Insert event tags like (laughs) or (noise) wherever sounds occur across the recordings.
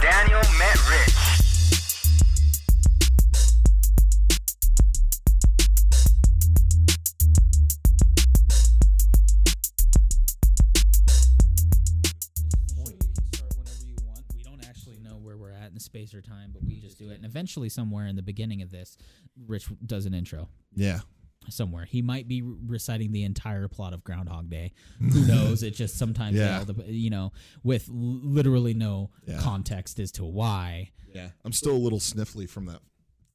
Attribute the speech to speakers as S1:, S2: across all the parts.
S1: Daniel met Rich.
S2: point. You can start whenever you want. We don't actually know where we're at in space or time, but we
S3: Mm,
S2: just do it. And eventually, somewhere in the beginning of this, Rich does an intro.
S3: Yeah.
S2: Somewhere he might be reciting the entire plot of Groundhog Day.
S3: (laughs)
S2: Who knows? It just sometimes they
S3: Yeah.
S2: all dep- you know, with l- literally no
S3: Yeah.
S2: context as to why.
S3: Yeah. I'm still a little sniffly from that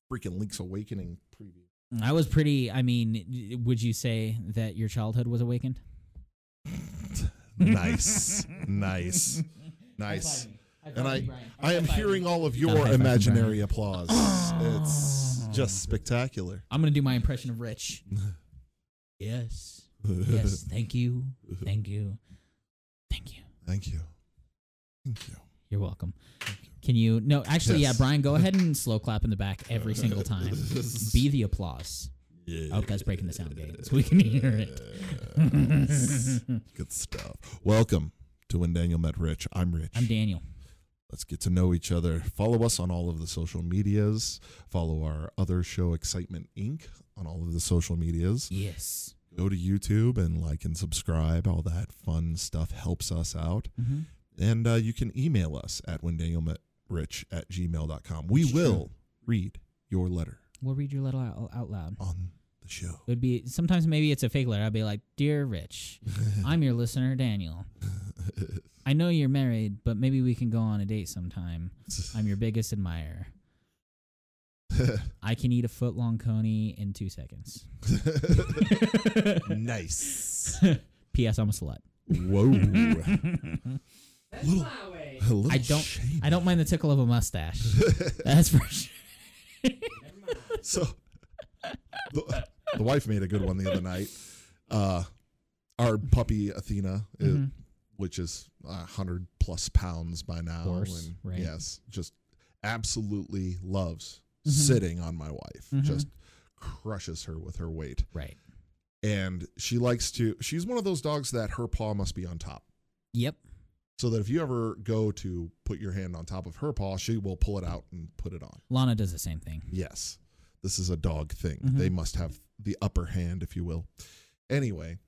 S3: freaking Link's Awakening preview.
S2: I was pretty. I mean, would you say that your childhood was awakened?
S3: (laughs) Nice. nice. Nice. And I I am hearing all of
S2: High
S3: your
S2: five from
S3: imaginary applause. It's just spectacular.
S2: I'm gonna do my impression of
S3: (laughs)
S2: Rich. yes. Yes. Thank you. Thank you. Thank you.
S3: Thank you. Thank you.
S2: You're welcome. Can you? No, actually,
S3: Yes.
S2: yeah, Brian, go ahead and slow clap in the back every single time. Be the applause.
S3: Yeah.
S2: I hope that's breaking the sound gate so we can hear it.
S3: Good stuff. Welcome to When Daniel Met Rich. I'm Rich.
S2: I'm Daniel.
S3: Let's get to know each other. Follow us on all of the social medias. Follow our other show, Excitement Inc., on all of the social medias.
S2: Yes.
S3: Go to YouTube and like and subscribe. All that fun stuff helps us out.
S2: hmm
S3: And uh, you can email us at whenDanielMetRich at gmail.com. We will read your letter
S2: We'll read your letter out, out loud.
S3: on the show.
S2: (laughs) It would be sometimes maybe it's a fake letter. I'd be like, "Dear Rich, I'm your listener, Daniel. I know you're married, but maybe we can go on a date sometime. I'm your biggest admirer. I can eat a foot long coney in two seconds. (laughs)
S3: nice.
S2: P.S. I'm a slut.
S3: Whoa. little, a little
S2: I don't.
S3: shame.
S2: I don't mind the tickle of a mustache. (laughs) That's for
S3: (laughs)
S2: sure.
S3: so the, the wife made a good one the other night. Uh, our puppy Athena, uh,
S2: Mhm.
S3: which is a hundred plus pounds by now,
S2: course,
S3: and
S2: right.
S3: yes, just absolutely loves
S2: Mhm.
S3: sitting on my wife.
S2: Mhm.
S3: Just crushes her with her weight,
S2: Right.
S3: and she likes to. She's one of those dogs that her paw must be on top.
S2: Yep.
S3: So that if you ever go to put your hand on top of her paw, she will pull it out and put it on.
S2: Lana does the same thing.
S3: Yes. This is a dog thing.
S2: Mhm.
S3: They must have the upper hand, if you will. Anyway,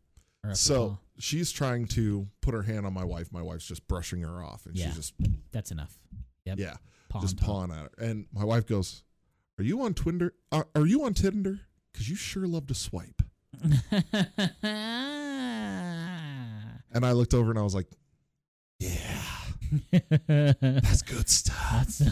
S2: Or upper
S3: so
S2: claw.
S3: she's trying to put her hand on my wife. My wife's just brushing her off and
S2: Yeah.
S3: she's just
S2: that's enough. Yep.
S3: yeah,
S2: Paw
S3: just
S2: on top.
S3: pawing at her. And my wife goes, "Are you on Twinder? Are, are you on Tinder? Cuz you sure love to swipe."
S2: (laughs)
S3: And I looked over and I was like, "Yeah, that's
S2: (laughs)
S3: good stuff."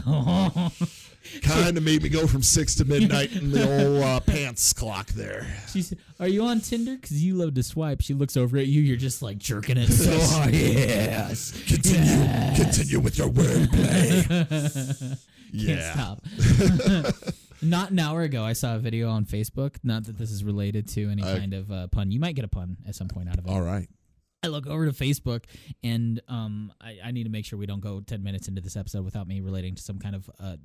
S3: Kind of made me go from 6 to midnight in the old uh, pants clock there.
S2: she said, "Are you on Tinder? Because you love to swipe." She looks over at you. You're just like jerking
S3: (laughs)
S2: it (laughs) so hard. Yes. (laughs)
S3: Continue, continue with your wordplay.
S2: Can't stop. (laughs) Not an hour ago, I saw a video on Facebook. Not that this is related to any
S3: I-
S2: kind of uh, pun. You might get a pun at some point out of it.
S3: All right.
S2: I look over to Facebook, and um, I, I need to make sure we don't go ten minutes into this episode without me relating to some kind of uh,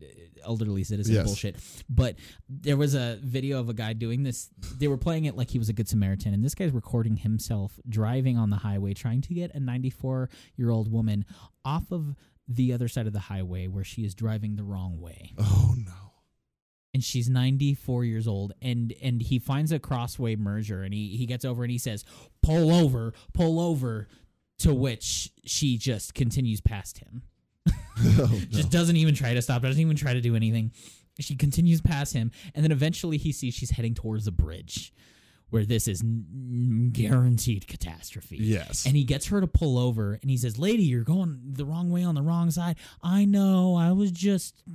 S2: elderly citizen
S3: Yes.
S2: bullshit. But there was a video of a guy doing this. They were playing it like he was a good Samaritan, and this guy's recording himself driving on the highway, trying to get a 94 year old woman off of the other side of the highway where she is driving the wrong way
S3: Oh no.
S2: and she's 94 years old and and he finds a crossway merger and he he gets over and he says pull over pull over to which she just continues past him
S3: Oh, no.
S2: (laughs) just doesn't even try to stop doesn't even try to do anything she continues past him and then eventually he sees she's heading towards the bridge where this is n- guaranteed catastrophe
S3: Yes.
S2: and he gets her to pull over and he says, Lady, you're going the wrong way on the wrong side. I know. I was just (laughs)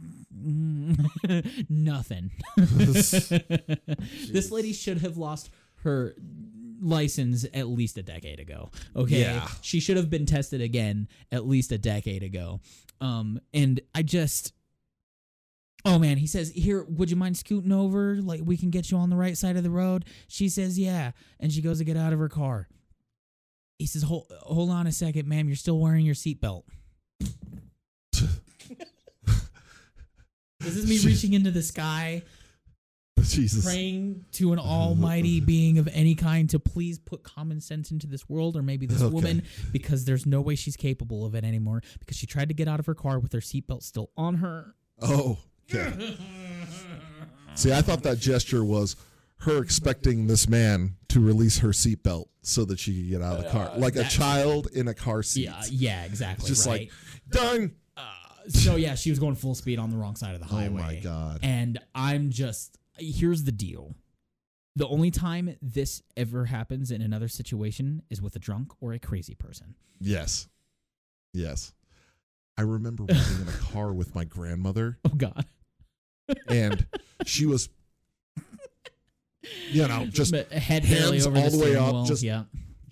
S2: nothing. this lady should have lost her license at least a decade ago. Okay.
S3: Yeah.
S2: She should have been tested again at least a decade ago. Um, and I just. Oh man, he says, "Here, would you mind scooting over? Like we can get you on the right side of the road." She says, "Yeah," and she goes to get out of her car. He says, "Hold, hold on a second, ma'am. You're still wearing your seatbelt." this is me reaching into the sky,
S3: (laughs) Jesus.
S2: praying to an (laughs) almighty being of any kind to please put common sense into this world or maybe this
S3: Okay.
S2: woman because there's no way she's capable of it anymore because she tried to get out of her car with her seatbelt still on her.
S3: Oh, okay. See, I thought that gesture was her expecting this man to release her seatbelt so that she could get out of the car, like a child in a car seat.
S2: Uh, Yeah, yeah, exactly.
S3: Just
S2: right.
S3: like, done.
S2: so yeah, she was going full speed on the wrong side of the highway.
S3: (laughs) Oh my god.
S2: And I'm just here's the deal. The only time this ever happens in another situation is with a drunk or a crazy person. (laughs)
S3: Yes. Yes. I remember walking in a car with my grandmother,
S2: Oh god.
S3: and she was, you know, just
S2: But head barely
S3: hands
S2: over
S3: all the way
S2: steering
S3: up,
S2: wheel.
S3: just-
S2: yeah.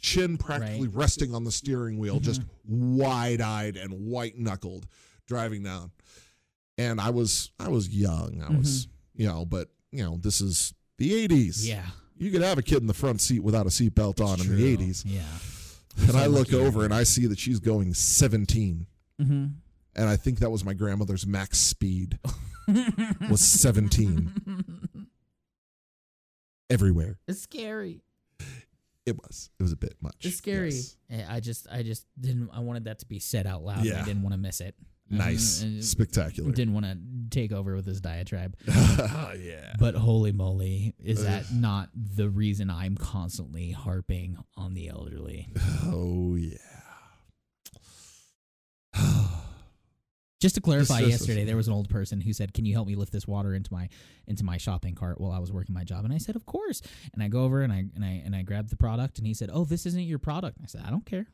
S3: chin practically resting on the steering wheel, just
S2: Mm-hmm.
S3: wide eyed and white knuckled driving down. And I was I was young. I was you know, but you know, this is the eighties.
S2: Mm-hmm. Yeah.
S3: You could have a kid in the front seat without a seatbelt on in the
S2: True.
S3: eighties.
S2: Yeah.
S3: And I
S2: So
S3: look
S2: lucky.
S3: over and I see that she's going seventeen.
S2: Mm-hmm.
S3: And I think that was my grandmother's max
S2: (laughs)
S3: speed was seventeen. Everywhere.
S2: It's scary.
S3: It was. It was a bit much.
S2: It's scary.
S3: Yes.
S2: Eh, I just, I just didn't. I wanted that to be said out loud. and I
S3: Yeah.
S2: didn't want to miss it.
S3: (laughs) Nice.
S2: Mm-hmm. And- and
S3: Spectacular.
S2: didn't want to take over with this diatribe. Oh,
S3: (laughs) yeah.
S2: But holy moly, is that
S3: Ugh.
S2: not the reason I'm constantly harping on the elderly?
S3: Oh yeah. (sighs)
S2: Just to clarify,
S3: This- this-
S2: yesterday there was an old person who said, "Can you help me lift this water into my into my shopping cart while I was working my job?" And I said, "Of course." And I go over and I and I and I grab the product, and he said, "Oh, this isn't your product." I said, "I don't care."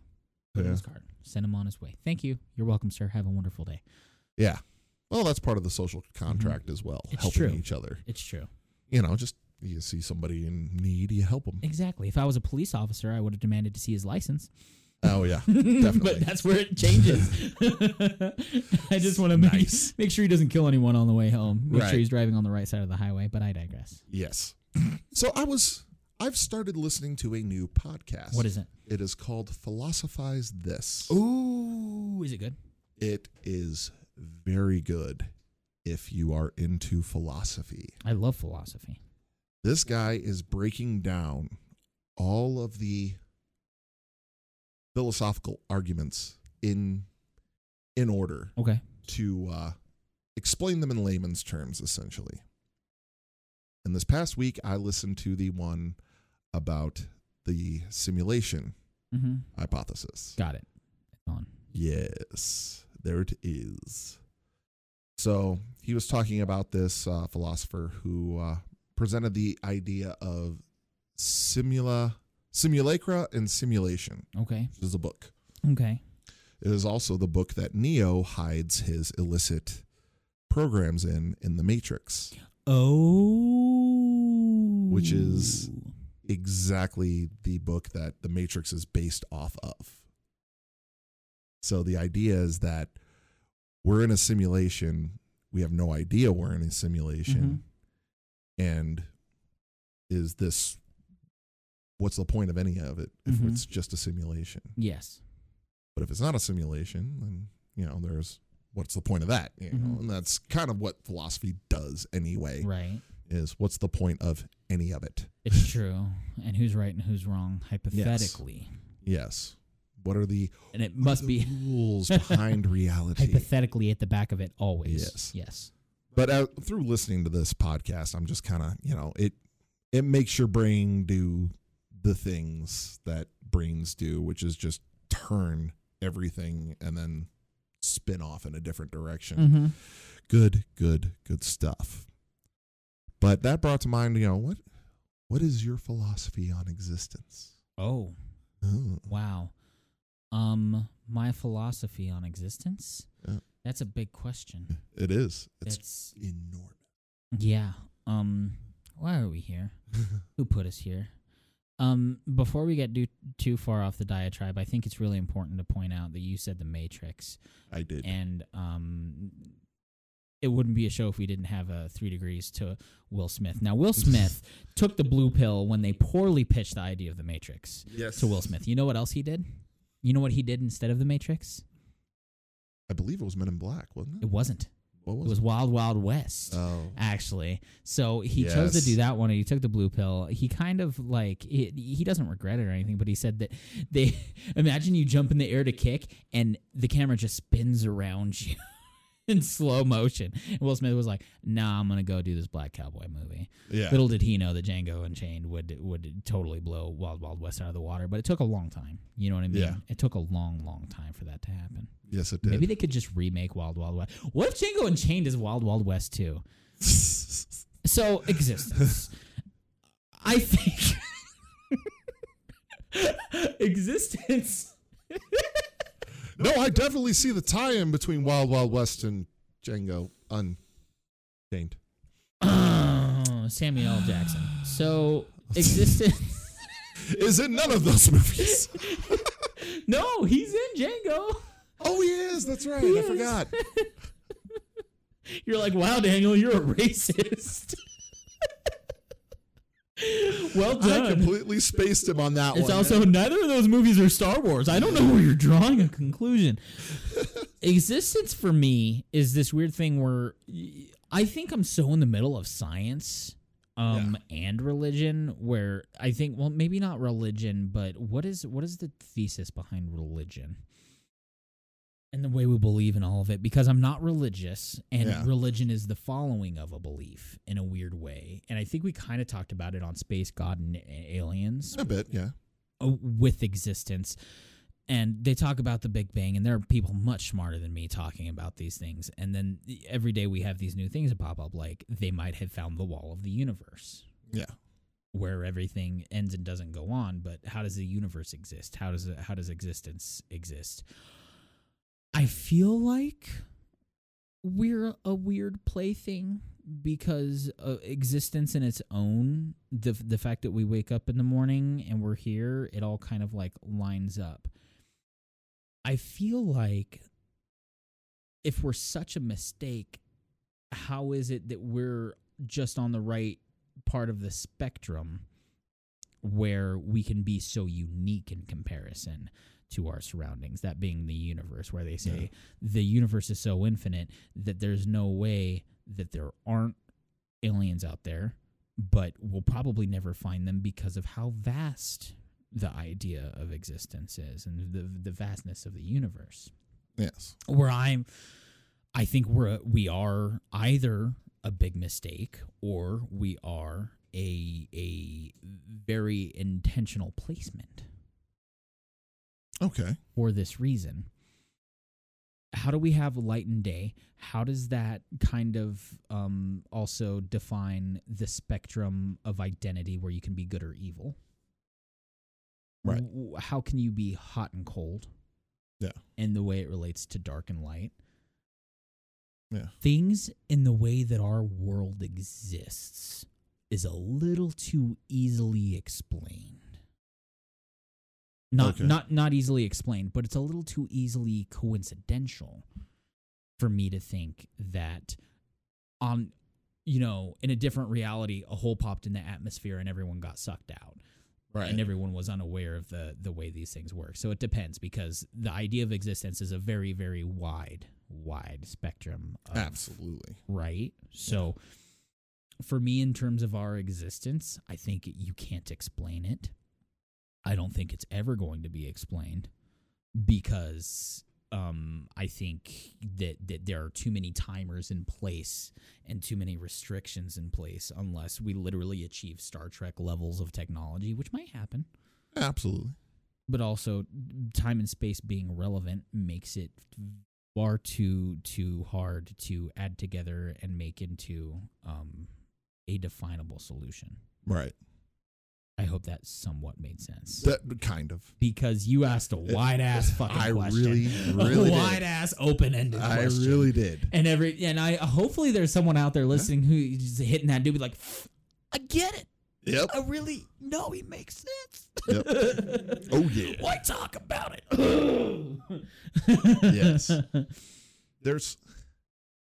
S2: Put it in
S3: Yeah.
S2: his cart. Send him on his way. Thank you. You're welcome, sir. Have a wonderful day.
S3: yeah. Well, that's part of the social contract as well.
S2: Mm-hmm. It's
S3: helping
S2: true.
S3: each other.
S2: It's true.
S3: You know, just you see somebody in need, you
S2: (laughs)
S3: help them.
S2: Exactly. If I was a police officer, I would have demanded to see his license.
S3: Oh yeah, definitely.
S2: (laughs) but (laughs) that's where it changes. I just want to make,
S3: Nice.
S2: make sure he doesn't kill anyone on the way home. Make
S3: Right.
S2: sure he's driving on the right side of the highway, but I digress.
S3: yes. So I was. I've started listening to a new podcast.
S2: What is it?
S3: It is called Philosophize This.
S2: Ooh, is it good?
S3: It is very good if you are into philosophy.
S2: I love philosophy.
S3: this guy is breaking down all of the philosophical arguments in in order
S2: Okay.
S3: to uh, explain them in layman's terms essentially and this past week i listened to the one about the simulation
S2: Mm-hmm.
S3: hypothesis
S2: Got it. On.
S3: Yes, there it is. So he was talking about this uh, philosopher who uh, presented the idea of simula, simulacra and simulation,
S2: Okay.
S3: which is a book.
S2: Okay.
S3: It is also the book that Neo hides his illicit programs in in the Matrix.
S2: Oh.
S3: Which is- Exactly the book that the Matrix is based off of. So the idea is that we're in a simulation. We have no idea we're in a
S2: Mhm.
S3: simulation. and is this what's the point of any of it if
S2: Mhm.
S3: it's just a simulation
S2: Yes.
S3: but if it's not a simulation then you know there's what's the point of that you know
S2: Mhm.
S3: and that's kind of what philosophy does anyway
S2: Right.
S3: is what's the point of any of it
S2: It's
S3: (laughs)
S2: true. And who's right and who's wrong, hypothetically.
S3: yes what are the
S2: And it
S3: what are
S2: must be
S3: the (laughs) rules behind reality
S2: hypothetically at the back of it always.
S3: Yes.
S2: Yes.
S3: but uh, through listening to this podcast i'm just kind of you know it it makes your brain do the things that brains do which is just turn everything and then spin off in a different direction
S2: Mm-hmm.
S3: good good good stuff but that brought to mind you know what what is your philosophy on existence
S2: Oh.
S3: oh,
S2: Wow. Um, my philosophy on existence?
S3: Yeah.
S2: That's a big question.
S3: it is it's
S2: That's
S3: enormous
S2: yeah. Um, why are we
S3: (laughs)
S2: here? Who put us here? Um, before we get do- too far off the diatribe, I think it's really important to point out that you said the Matrix,
S3: i did
S2: and um, it wouldn't be a show if we didn't have a three degrees to Will Smith. Now, Will
S3: (laughs)
S2: Smith took the blue pill when they poorly pitched the idea of the Matrix.
S3: yes
S2: to Will Smith. You know what else he did? You know what he did instead of The Matrix?
S3: i believe it was men in black wasn't
S2: It
S3: it
S2: wasn't.
S3: What
S2: It was Wild Wild West.
S3: Oh.
S2: actually. So he chose to
S3: Yes.
S2: do that one and he took the blue pill. He kind of like he, he doesn't regret it or anything, but he said that they (laughs) imagine you jump in the air to kick and the camera just spins around you (laughs) in slow motion. And Will Smith was like, "Nah, I'm going to go do this black cowboy movie."
S3: Yeah.
S2: Little did he know that Django Unchained would would totally blow Wild Wild West out of the water, but it took a long time. You know what I mean?
S3: Yeah.
S2: It took a long long time for that to happen.
S3: yes, it did.
S2: Maybe they could just remake Wild Wild West. What if Django Unchained is Wild Wild West too? So (laughs) existence. I think (laughs) existence.
S3: no, I definitely see the tie-in between Wild Wild West and Django Unchained.
S2: Oh, (clears throat) Samuel L. Jackson. So existence.
S3: Is in none of those movies.
S2: (laughs) no, he's in Django.
S3: oh, he is. That's right.
S2: He
S3: I
S2: is.
S3: forgot.
S2: (laughs) You're like, wow, Daniel, you're a racist. well done.
S3: I completely spaced him on that
S2: It's
S3: one.
S2: also neither of those movies are Star Wars. I don't know where you're drawing a
S3: (laughs)
S2: conclusion. Existence for me is this weird thing where y- I think I'm so in the middle of science um and religion where I think well maybe not religion but what is what is the thesis behind religion? And the way we believe in all of it because I'm not religious and
S3: Yeah.
S2: religion is the following of a belief in a weird way. And I think we kind of talked about it on Space God and A- Aliens
S3: a bit, yeah.
S2: uh, with existence. And they talk about the Big Bang, and there are people much smarter than me talking about these things. And then every day we have these new things that pop up, like they might have found the wall of the universe
S3: Yeah.
S2: where everything ends and doesn't go on but how does the universe exist how does how does existence exist i feel like we're a weird plaything because uh, existence in its own the the fact that we wake up in the morning and we're here it all kind of like lines up i feel like if we're such a mistake how is it that we're just on the right part of the spectrum where we can be so unique in comparison to our surroundings that being the universe where they say
S3: Yeah.
S2: the universe is so infinite that there's no way that there aren't aliens out there but we'll probably never find them because of how vast the idea of existence is and the the vastness of the universe
S3: Yes.
S2: where I'm I think we're we are either a big mistake or we are a a very intentional placement
S3: Okay.
S2: for this reason. How do we have light and day? How does that kind of um, also define the spectrum of identity where you can be good or evil?
S3: Right.
S2: W- How can you be hot and cold?
S3: Yeah.
S2: And the way it relates to dark and light.
S3: Yeah.
S2: Things in the way that our world exists is a little too easily explained. Not
S3: Okay.
S2: not not easily explained, but it's a little too easily coincidental for me to think that on you know, in a different reality, a hole popped in the atmosphere and everyone got sucked out
S3: Right.
S2: and everyone was unaware of the the way these things work. So it depends because the idea of existence is a very very wide wide spectrum. Of,
S3: Absolutely.
S2: Right. So for me, in terms of our existence, I think you can't explain it. I don't think it's ever going to be explained because um, I think that, that there are too many timers in place and too many restrictions in place unless we literally achieve Star Trek levels of technology, which might happen
S3: Absolutely.
S2: but also time and space being relevant makes it far too too hard to add together and make into um, a definable solution.
S3: Right.
S2: I hope that somewhat made sense
S3: That kind of.
S2: because you
S3: (laughs)
S2: asked a wide ass fucking
S3: I
S2: question,
S3: really, really
S2: a
S3: did.
S2: wide ass open ended.
S3: I really did.
S2: and every and I hopefully there's someone out there listening who's just hitting that dude be like, I get it.
S3: Yep.
S2: I really know he makes sense.
S3: Yep.
S2: (laughs)
S3: Oh yeah.
S2: Why talk about it?
S3: (laughs) Yes. There's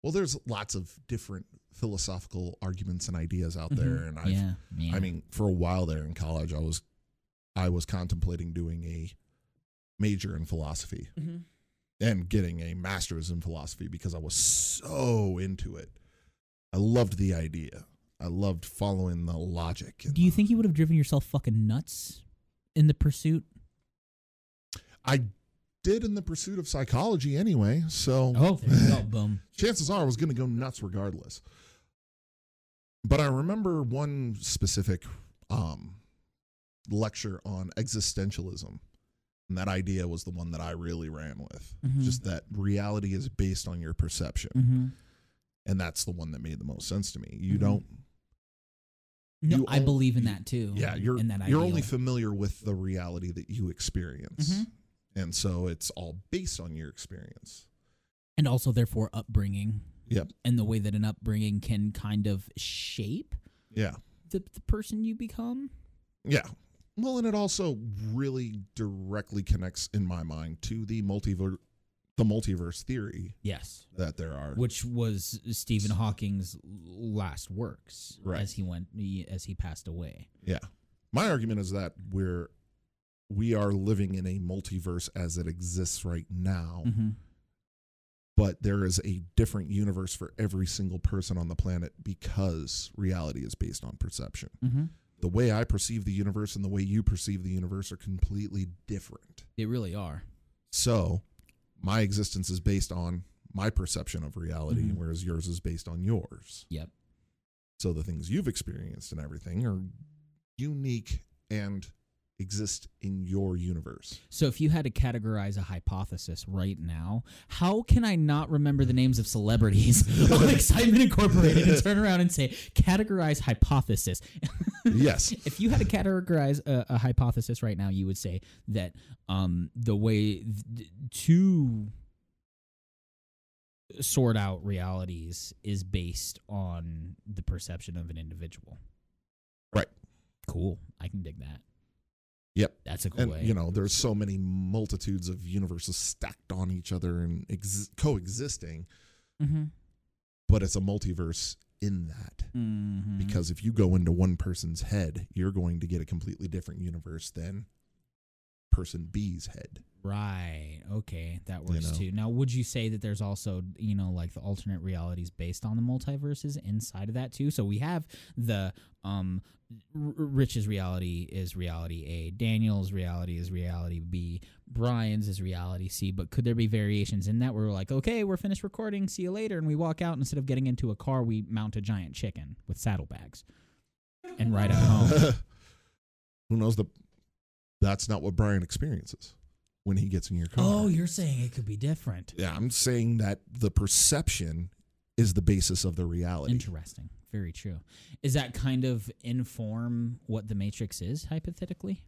S3: well, there's lots of different philosophical arguments and ideas out there, and
S2: (laughs)
S3: I've
S2: Mm-hmm. yeah, yeah.
S3: I mean, for a while there in college, I was I was contemplating doing a major in philosophy.
S2: Mhm.
S3: and getting a master's in philosophy because I was so into it. I loved the idea. I loved following the logic. and
S2: Do you
S3: the-
S2: think you would have driven yourself fucking nuts in the pursuit?
S3: I did in the pursuit of psychology anyway? So
S2: Oh, there
S3: (laughs)
S2: you go. Boom.
S3: chances are I was going to go nuts regardless. But I remember one specific um, lecture on existentialism. And that idea was the one that I really ran with.
S2: Mhm.
S3: Just that reality is based on your perception.
S2: Mm-hmm.
S3: And that's the one that made the most sense to me. You
S2: Mhm.
S3: don't,
S2: No,
S3: You
S2: I
S3: on-
S2: believe in
S3: you-
S2: that too.
S3: yeah, you're,
S2: in that ideal.
S3: you're only familiar with the reality that you experience.
S2: Mhm.
S3: And so it's all based on your experience.
S2: and also therefore upbringing.
S3: Yep.
S2: And the way that an upbringing can kind of shape
S3: Yeah.
S2: the the person you become.
S3: Yeah. Well, and it also really directly connects in my mind to the multiverse the multiverse theory
S2: Yes.
S3: that there are.
S2: Which was Stephen Hawking's last works
S3: Right.
S2: as he went as he passed away.
S3: Yeah. My argument is that we're we are living in a multiverse as it exists right now,
S2: Mm-hmm.
S3: but there is a different universe for every single person on the planet because reality is based on perception.
S2: Mm-hmm.
S3: The way I perceive the universe and the way you perceive the universe are completely different.
S2: They really are.
S3: So my existence is based on my perception of reality,
S2: Mhm.
S3: whereas yours is based on yours.
S2: Yep.
S3: So the things you've experienced and everything are unique and exist in
S2: (laughs)
S3: your universe.
S2: So if you had to categorize a hypothesis right now, how can I not remember the names of celebrities (laughs) on Excitement Incorporated and turn around and say categorize hypothesis?
S3: yes.
S2: if you had to categorize a, a hypothesis right now, you would say that um, the way th- to sort out realities is based on the perception of an individual.
S3: Right.
S2: Cool. I can dig that.
S3: Yep.
S2: That's a cool
S3: And
S2: way.
S3: you know, there's so many multitudes of universes stacked on each other and ex- coexisting,
S2: mm-hmm.
S3: but it's a multiverse in that.
S2: Mm-hmm.
S3: Because if you go into one person's head, you're going to get a completely different universe than person B's head.
S2: Right. Okay, that works
S3: know.
S2: too. Now, would you say that there's also, you know, like the alternate realities based on the multiverses inside of that too? So we have the um R- Rich's reality is reality A, Daniel's reality is reality B, Brian's is reality C, but could there be variations in that where we're like, okay, we're finished recording, see you later, and we walk out instead of getting into a car, we mount a giant chicken with saddlebags and ride out home.
S3: (laughs) Who knows the that's not what Brian experiences when he gets in your car.
S2: oh, you're saying it could be different.
S3: yeah, I'm saying that the perception is the basis of the reality.
S2: Interesting. Very true. Is that kind of inform what the Matrix is hypothetically?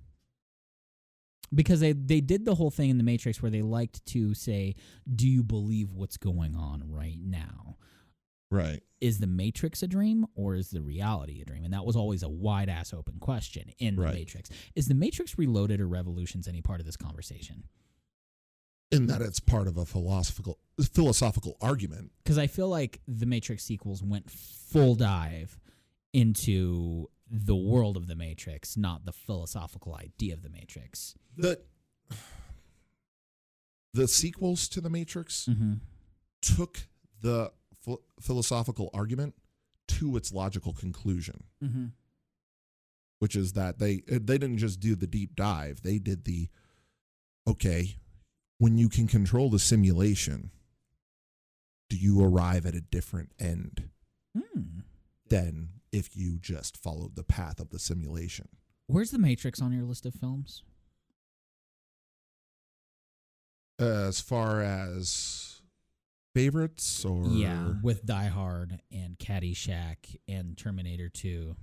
S2: Because they they did the whole thing in the Matrix where they liked to say, "Do you believe what's going on right now?
S3: Right.
S2: Is the Matrix a dream or is the reality a dream?" And that was always a wide ass open question in the
S3: Right.
S2: Matrix. Is the Matrix Reloaded or Revolutions any part of this conversation?
S3: In that it's part of a philosophical philosophical argument.
S2: because I feel like the Matrix sequels went full dive into the world of the Matrix, not the philosophical idea of the Matrix.
S3: The (sighs) the sequels to the Matrix
S2: Mm-hmm.
S3: took the ph- philosophical argument to its logical conclusion.
S2: Mm-hmm.
S3: which is that they eh, they didn't just do the deep dive they did the okay when you can control the simulation do you arrive at a different end
S2: Mm.
S3: than if you just followed the path of the simulation
S2: Where's the Matrix on your list of films?
S3: as far as favorites or
S2: yeah, with Die Hard and Caddyshack and Terminator Two.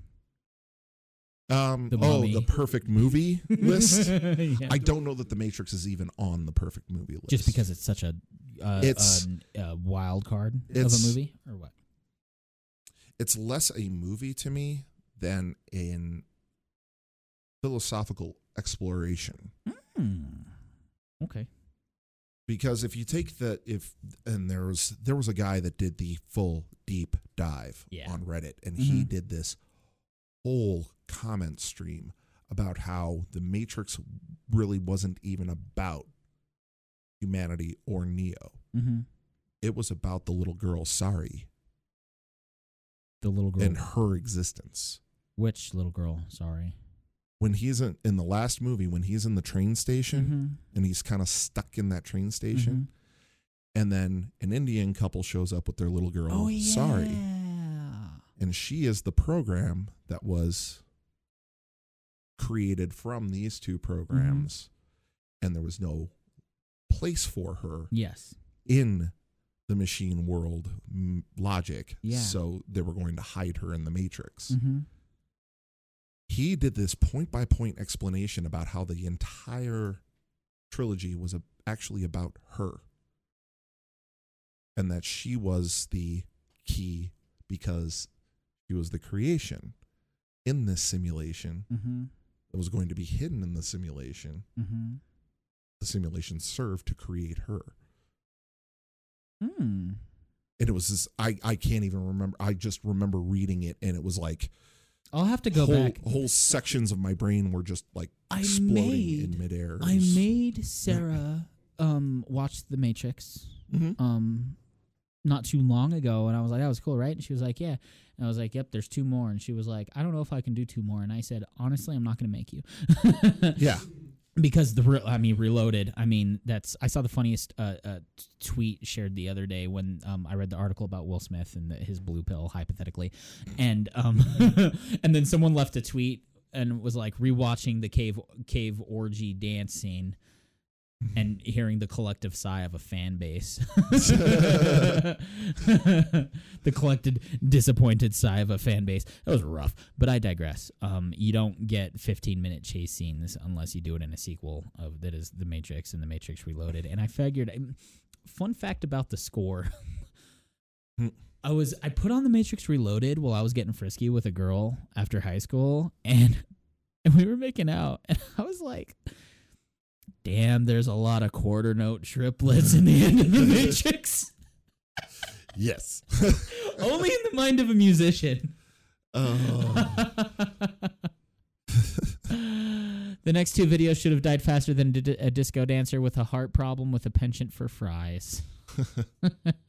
S3: um
S2: The
S3: oh
S2: Mummy.
S3: the
S2: (laughs)
S3: perfect movie (laughs) list
S2: Yeah.
S3: i don't know that the matrix is even on the perfect movie list
S2: just because it's such a uh,
S3: It's-
S2: an- a wild card of a
S3: It's-
S2: movie or what?
S3: it's less a movie to me than an philosophical exploration
S2: Hmm. Okay.
S3: because if you take the if and there was there was a guy that did the full deep dive
S2: Yeah.
S3: on reddit and he
S2: Mhm.
S3: did this whole comment stream about how the matrix really wasn't even about humanity or Neo.
S2: Mm-hmm.
S3: It was about the little girl Sari
S2: The little girl.
S3: and her existence.
S2: Which little girl? Sorry.
S3: When he's in, in the last movie, when he's in the train
S2: Mm-hmm.
S3: station and he's kind of stuck in that train station,
S2: Mhm.
S3: and then an Indian couple shows up with their little girl
S2: Oh yeah.
S3: Sari, and she is the program that was created from these two programs,
S2: Mm-hmm.
S3: and there was no place for her
S2: Yes.
S3: in the machine world m- logic.
S2: Yeah.
S3: So they were going to hide her in the Matrix.
S2: Mm-hmm.
S3: He did this point by point explanation about how the entire trilogy was a, actually about her and that she was the key because she was the creation in this simulation
S2: Mm-hmm.
S3: that was going to be hidden in the simulation.
S2: Mm-hmm.
S3: The simulation served to create her.
S2: Mm.
S3: and it was this I, I can't even remember i just remember reading it and it was like
S2: I'll have to go
S3: whole,
S2: back.
S3: whole sections of my brain were just like
S2: I
S3: exploding
S2: made-
S3: in midair It
S2: I
S3: was-
S2: made Sarah um watch The Matrix
S3: Mhm.
S2: um not too long ago and I was like that was cool right and she was like yeah and I was like yep there's two more and she was like I don't know if I can do two more and I said honestly I'm not going to make you
S3: yeah
S2: because the re- I mean reloaded I mean that's I saw the funniest uh, uh, t- tweet shared the other day when um, I read the article about Will Smith and the, his blue pill hypothetically and um (laughs) and then someone left a tweet and was like rewatching the cave cave orgy dance scene and hearing the collective sigh of a fan base (laughs) the collected disappointed sigh of a fan base that was rough but i digress um, you don't get 15 minute chase scenes unless you do it in a sequel of that is the matrix and the matrix reloaded and i figured um, fun fact about the score
S3: Hmm.
S2: I was I put on the Matrix Reloaded while I was getting frisky with a girl after high school and and we were making out and I was like damn there's a lot of quarter note triplets in the end of the Matrix
S3: yes
S2: only in the mind of a musician
S3: oh,
S2: the next two videos should have died faster than a di- a disco dancer with a heart problem with a penchant for fries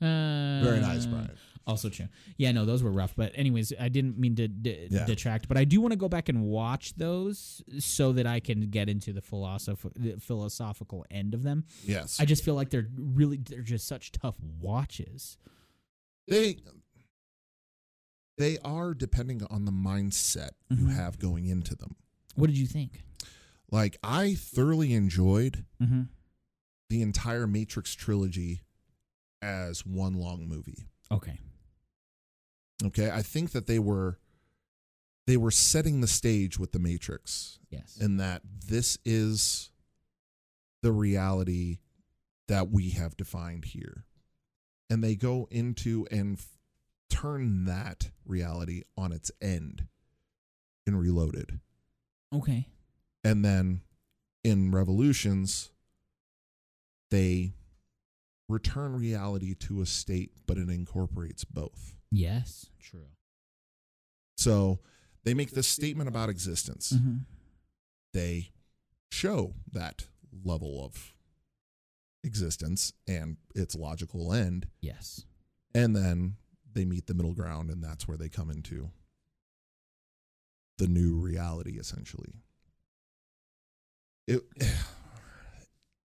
S3: very nice brian
S2: Also true. Yeah, no, those were rough. But anyways, I didn't mean to d-
S3: Yeah.
S2: detract, but I do want to go back and watch those so that I can get into the philosoph- the philosophical end of them.
S3: yes
S2: I just feel like they're really they're just such tough watches.
S3: they they are depending on the mindset you
S2: Mhm.
S3: have going into them
S2: What did you think?
S3: like i thoroughly enjoyed
S2: Mm-hmm.
S3: the entire matrix trilogy as one long movie
S2: Okay.
S3: Okay, I think that they were they were setting the stage with the Matrix
S2: Yes.
S3: in that this is the reality that we have defined here. And they go into and f- turn that reality on its end in Reloaded.
S2: okay.
S3: And then in Revolutions they return reality to a state but it incorporates both.
S2: Yes. True.
S3: So they make this statement about existence.
S2: Mm-hmm.
S3: They show that level of existence and its logical end.
S2: Yes.
S3: And then they meet the middle ground, and that's where they come into the new reality, essentially. It, (sighs)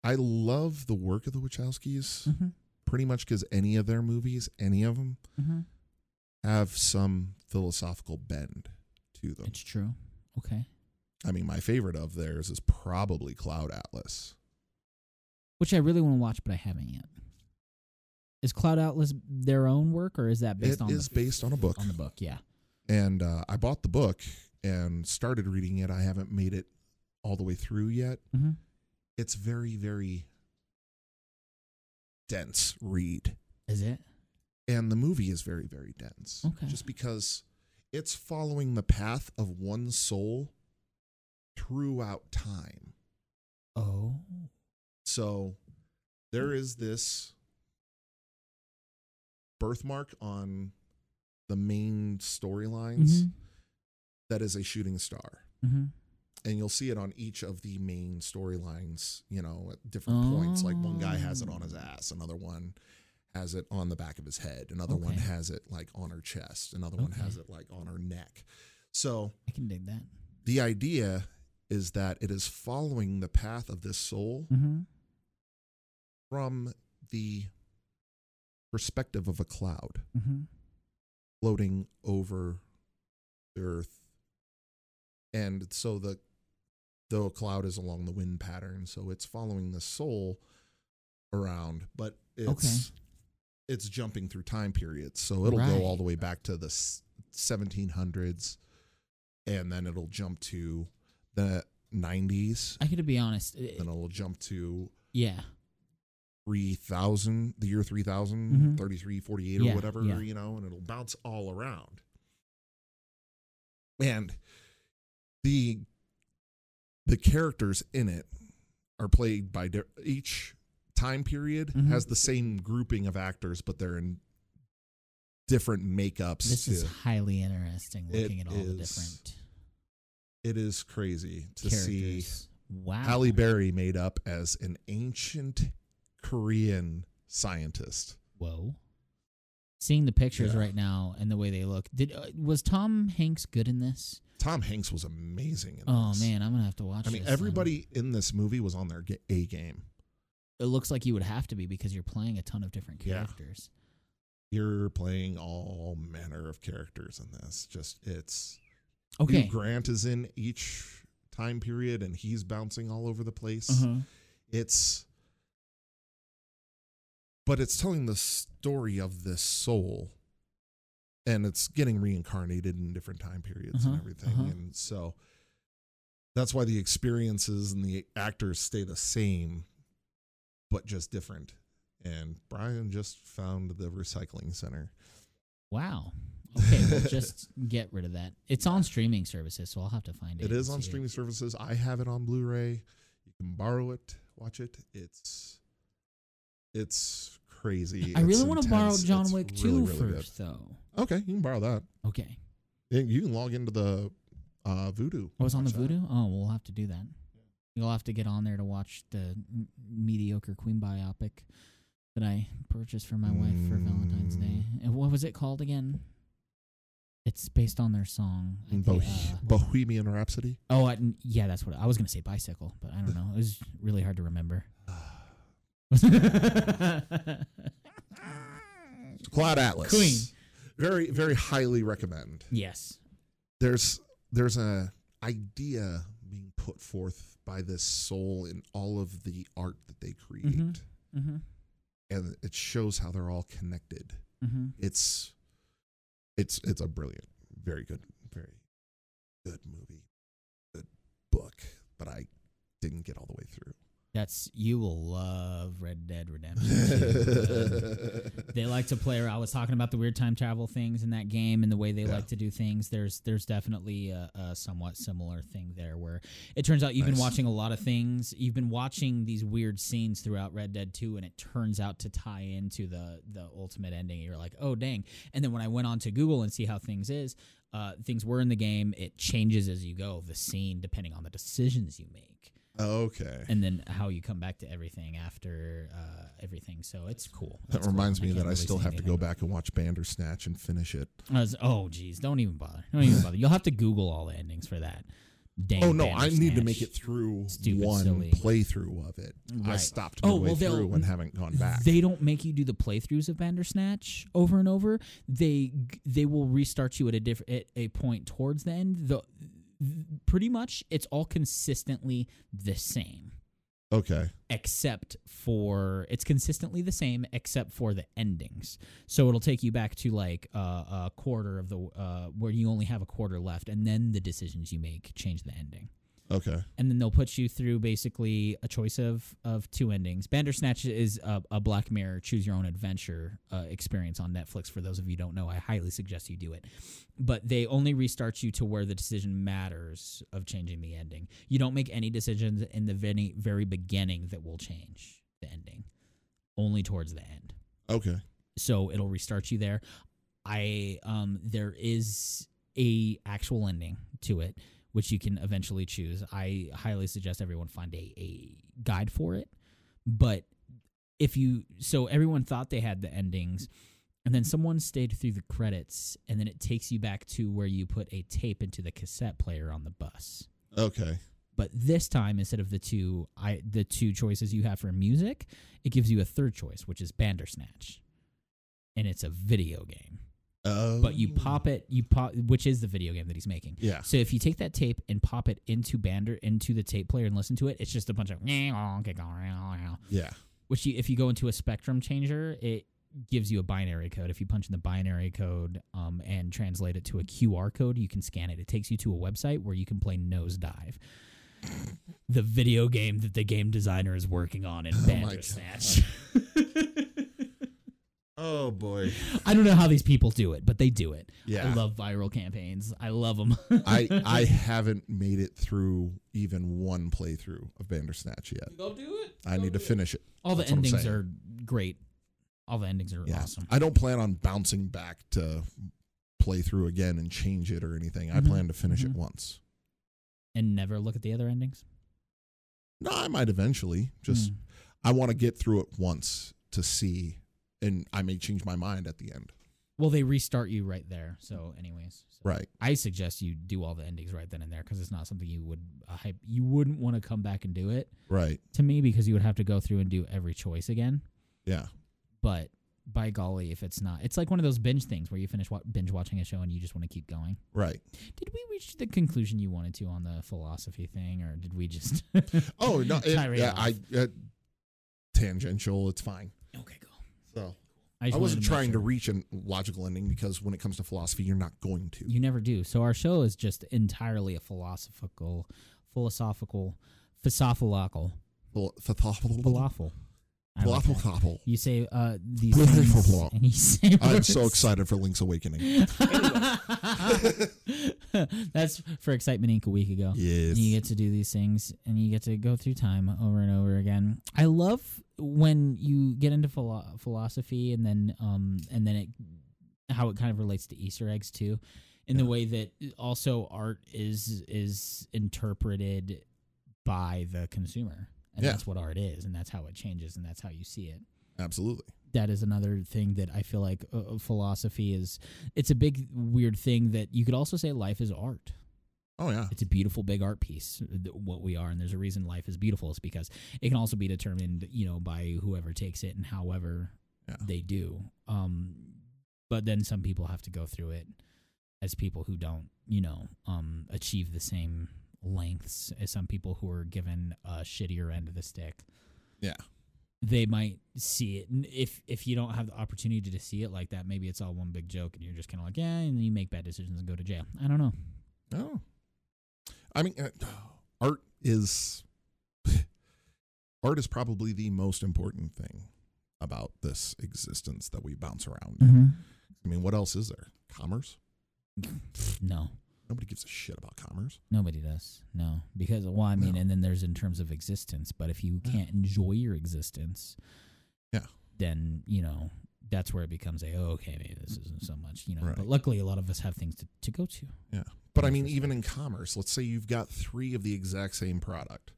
S3: I love the work of the Wachowskis
S2: Mm-hmm.
S3: pretty much because any of their movies, any of them,
S2: Mm-hmm.
S3: have some philosophical bend to them.
S2: It's true. Okay.
S3: I mean, my favorite of theirs is probably Cloud Atlas.
S2: Which I really want to watch, but I haven't yet. Is Cloud Atlas their own work, or is that
S3: It
S2: based
S3: is
S2: on the
S3: based on a book,
S2: on the book. Yeah.
S3: and uh, I bought the book and started reading it. I haven't made it all the way through yet.
S2: Mm-hmm.
S3: It's very, very dense read,
S2: Is it?
S3: and the movie is very, very dense.
S2: Okay.
S3: just because it's following the path of one soul throughout time.
S2: Oh.
S3: So there is this birthmark on the main storylines that is a shooting star.
S2: Mm-hmm.
S3: and you'll see it on each of the main storylines, you know, at different points. Like one guy has it on his
S2: Oh.
S3: ass, another one has it on the back of his head, another one
S2: Okay.
S3: has it like on her chest, another one
S2: Okay.
S3: has it like on her neck. So
S2: I can dig that.
S3: the idea is that it is following the path of this soul
S2: Mm-hmm.
S3: from the perspective of a cloud
S2: Mm-hmm.
S3: floating over the earth. And so the the cloud is along the wind pattern, so it's following the soul around, but it's it's jumping through time periods. So it'll go all the way back to the s- 1700s and then it'll jump to the 90s,
S2: I could be honest. it-
S3: then it'll jump to
S2: yeah.
S3: 3000 the year 3000
S2: Mhm.
S3: 3348 or
S2: Yeah,
S3: whatever
S2: yeah.
S3: you know and it'll bounce all around and the the characters in it are played by di- each time period
S2: Mhm.
S3: has the same grouping of actors but they're in different makeups
S2: This is
S3: to-
S2: highly interesting
S3: It
S2: looking at all the
S3: is
S2: different
S3: it is crazy to see
S2: characters. Wow.
S3: Halle Berry made up as an ancient Korean scientist
S2: Whoa. Seeing the pictures
S3: Yeah.
S2: right now and the way they look. Did uh, was Tom Hanks good in this?
S3: Tom Hanks was amazing in
S2: Oh
S3: this.
S2: man, I'm gonna have to watch.
S3: I mean,
S2: this. um,
S3: everybody in this movie was on their ga- A game.
S2: it looks like you would have to be because you're playing a ton of different
S3: Yeah.
S2: characters.
S3: You're playing all manner of characters in this. Just it's Hugh
S2: Okay.
S3: Grant is in each time period, and he's bouncing all over the place.
S2: Uh-huh.
S3: It's but it's telling the story of this soul, and it's getting reincarnated in different time periods and
S2: Uh-huh,
S3: everything,
S2: uh-huh.
S3: and so that's why the experiences and the actors stay the same, but just different. And Brian just found the recycling center.
S2: Wow. Okay, we'll
S3: (laughs)
S2: just get rid of that. It's on streaming services, so I'll have to find it.
S3: It
S2: and
S3: is on
S2: see it.
S3: streaming services. I have it on Blu-ray. You can borrow it, watch it. It's it's crazy.
S2: I really
S3: want to
S2: borrow John Wick 2
S3: really, really
S2: first, though.
S3: Good. Okay, you can borrow that.
S2: Okay.
S3: You- You can log into the uh, Voodoo.
S2: Oh, it's on the
S3: Watch that.
S2: Voodoo? Oh, we'll have to do that. You'll have to get on there to watch the m- mediocre Queen biopic that I purchased for my wife for Valentine's Day. And what was it called again? It's based on their song. I think,
S3: Bohe-
S2: uh,
S3: Bohemian Rhapsody.
S2: oh, I, yeah, that's what I was going to say bicycle, but I don't know. It was really hard to remember. (laughs)
S3: Cloud Atlas.
S2: Queen.
S3: Very very highly recommend.
S2: yes.
S3: there's there's a idea being put forth by this soul in all of the art that they create
S2: Mhm. Mm-hmm.
S3: and it shows how they're all connected
S2: Mm-hmm.
S3: it's it's it's a brilliant very good very good movie good book but i didn't get all the way through
S2: That's you will love Red Dead Redemption.
S3: (laughs)
S2: 2. (laughs) they like to play. I was talking about the weird time travel things in that game and the way they
S3: Yeah.
S2: like to do things. There's there's definitely a, a somewhat similar thing there where it turns out you've been
S3: Nice.
S2: watching a lot of things. You've been watching these weird scenes throughout Red Dead 2, and it turns out to tie into the the ultimate ending. You're like, oh dang! And then when I went on to Google and see how things is, uh, things were in the game. It changes as you go the scene depending on the decisions you make
S3: okay
S2: and then how you come back to everything after uh, everything. So it's cool.
S3: that
S2: It's
S3: reminds
S2: cool.
S3: me
S2: can't
S3: that i
S2: really
S3: still
S2: say
S3: have to
S2: anything
S3: go back and watch bandersnatch and finish it
S2: I was- oh, geez, don't even bother. Don't even bother. You'll have to Google all the endings for that. Dang
S3: Oh no, I need to
S2: Bandersnatch.
S3: make it through
S2: Stupid
S3: one
S2: silly.
S3: playthrough of it. I
S2: Right.
S3: stopped
S2: Oh,
S3: midway
S2: well, they'll-
S3: through and haven't gone back.
S2: They don't make you do the playthroughs of Bandersnatch over and over. They they will restart you at a different at a point towards the end. The pretty much it's all consistently the same.
S3: okay.
S2: except for it's consistently the same except for the endings so it'll take you back to like uh, a quarter of the uh, where you only have a quarter left and then the decisions you make change the ending
S3: Okay.
S2: and then they'll put you through basically a choice of of two endings bandersnatch is a, a black mirror choose your own adventure uh, experience on netflix for those of you who don't know i highly suggest you do it but they only restart you to where the decision matters of changing the ending you don't make any decisions in the very, very beginning that will change the ending only towards the end
S3: Okay.
S2: so it'll restart you there i um there is a actual ending to it which you can eventually choose. I highly suggest everyone find a, a guide for it. But if you, so everyone thought they had the endings, and then someone stayed through the credits, and then it takes you back to where you put a tape into the cassette player on the bus
S3: Okay.
S2: but this time instead of the two i the two choices you have for music it gives you a third choice which is bandersnatch and it's a video game
S3: Oh.
S2: but you pop it you pop which is the video game that he's making
S3: Yeah.
S2: so if you take that tape and pop it into bander into the tape player and listen to it it's just a bunch of (laughs)
S3: Yeah.
S2: which you, if you go into a spectrum changer it gives you a binary code if you punch in the binary code um, and translate it to a qr code you can scan it it takes you to a website where you can play nosedive the video game that the game designer is working on in
S3: Oh my
S2: bandersnatch
S3: Oh boy.
S2: i don't know how these people do it but they do it
S3: Yeah.
S2: i love viral campaigns i love (laughs) them
S3: I I haven't made it through even one playthrough of Bandersnatch yet.
S2: go do it
S3: I need to finish it.
S2: all the
S3: That's what I'm
S2: endings
S3: saying.
S2: are great all the endings are
S3: Yeah.
S2: awesome
S3: I don't plan on bouncing back to play through again and change it or anything. I
S2: Mhm.
S3: plan to finish
S2: Mhm.
S3: it once.
S2: and never look at the other endings
S3: No, I might eventually. Just
S2: Mm.
S3: I want to get through it once to see and I may change my mind at the end.
S2: Well, they restart you right there. So, anyways, so
S3: Right.
S2: I suggest you do all the endings right then and there because it's not something you would uh, hype. You wouldn't want to come back and do it
S3: Right.
S2: to me because you would have to go through and do every choice again.
S3: Yeah.
S2: But by golly, if it's not, it's like one of those binge things where you finish wa- binge watching a show and you just want to keep going.
S3: Right.
S2: Did we reach the conclusion you wanted to on the philosophy thing, or did we just? (laughs)
S3: Oh no. It,
S2: Tirade
S3: yeah,
S2: off.
S3: I uh, tangential. It's fine.
S2: okay, go.
S3: So
S2: just
S3: I
S2: wanted
S3: wasn't
S2: make
S3: trying to
S2: sure.
S3: reach a logical ending because when it comes to philosophy, you're not going to.
S2: You never do. So our show is just entirely a philosophical, philosophical, philosophical,
S3: Phil- philosophical-
S2: falafel. I like that.
S3: philosophical.
S2: You say uh, these
S3: Blue
S2: things,
S3: waffle block.
S2: and you say
S3: I'm
S2: words.
S3: so excited for Link's Awakening.
S2: (laughs) That's for Excitement Inc. a week ago.
S3: Yes.
S2: And you get to do these things, and you get to go through time over and over again. I love when you get into philo- philosophy, and then um, and then it how it kind of relates to Easter eggs too, in the
S3: Yeah.
S2: way that also art is is interpreted by the consumer, and
S3: Yeah.
S2: that's what art is, and that's how it changes, and that's how you see it
S3: Absolutely.
S2: that is another thing that I feel like uh, uh, philosophy is. It's a big weird thing that you could also say life is art.
S3: Oh yeah.
S2: It's a beautiful big art piece. uh, th- What we are, and there's a reason life is beautiful. It's because it can also be determined, you know, by whoever takes it and however
S3: Yeah.
S2: they do. Um, but then some people have to go through it as people who don't, you know, um, achieve the same lengths as some people who are given a shittier end of the stick
S3: Yeah.
S2: they might see it. And if if you don't have the opportunity to see it like that, maybe it's all one big joke, and you're just kind of like, yeah, and then you make bad decisions and go to jail. I don't know.
S3: Oh. I mean, uh, art is art is probably the most important thing about this existence that we bounce around. in. I mean, what else is there? Commerce?
S2: No,
S3: Nobody gives a shit about commerce.
S2: nobody does. No, because well, I mean,
S3: No.
S2: and then there's in terms of existence. But if you
S3: Yeah.
S2: can't enjoy your existence,
S3: Yeah.
S2: then you know that's where it becomes a oh, okay, maybe this isn't so much, you know.
S3: Right.
S2: But luckily, a lot of us have things to to go to.
S3: But I mean, even in commerce, let's say you've got three of the exact same product,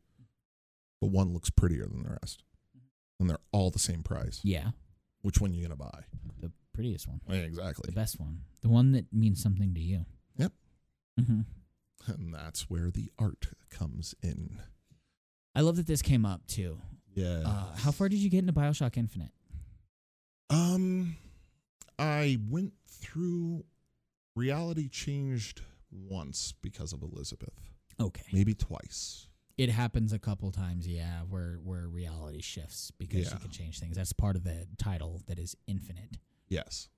S3: but one looks prettier than the rest,
S2: Mm-hmm.
S3: and they're all the same price.
S2: Yeah,
S3: Which one you gonna buy?
S2: the prettiest one,
S3: Yeah,
S2: the
S3: exactly.
S2: best one, the one that means something to you.
S3: Yep.
S2: hmm
S3: And that's where the art comes in.
S2: I love that this came up too.
S3: Yeah.
S2: Uh, how far did you get into Bioshock Infinite?
S3: Um, I went through reality changed once because of Elizabeth,
S2: Okay,
S3: maybe twice.
S2: it happens a couple times, yeah, where where reality shifts because
S3: Yeah.
S2: you can change things. That's part of the title that is infinite,
S3: Yes.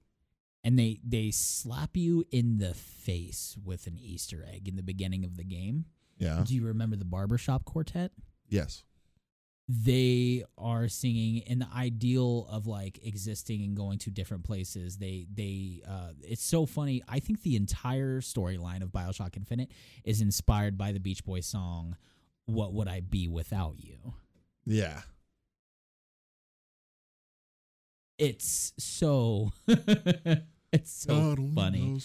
S2: and they they slap you in the face with an Easter egg in the beginning of the game.
S3: Yeah.
S2: Do you remember the barbershop quartet?
S3: Yes.
S2: They are singing in the ideal of like existing and going to different places. They they uh, it's so funny. I think the entire storyline of Bioshock Infinite is inspired by the Beach Boys song "What Would I Be Without You."
S3: Yeah.
S2: (laughs) It's so it's so funny.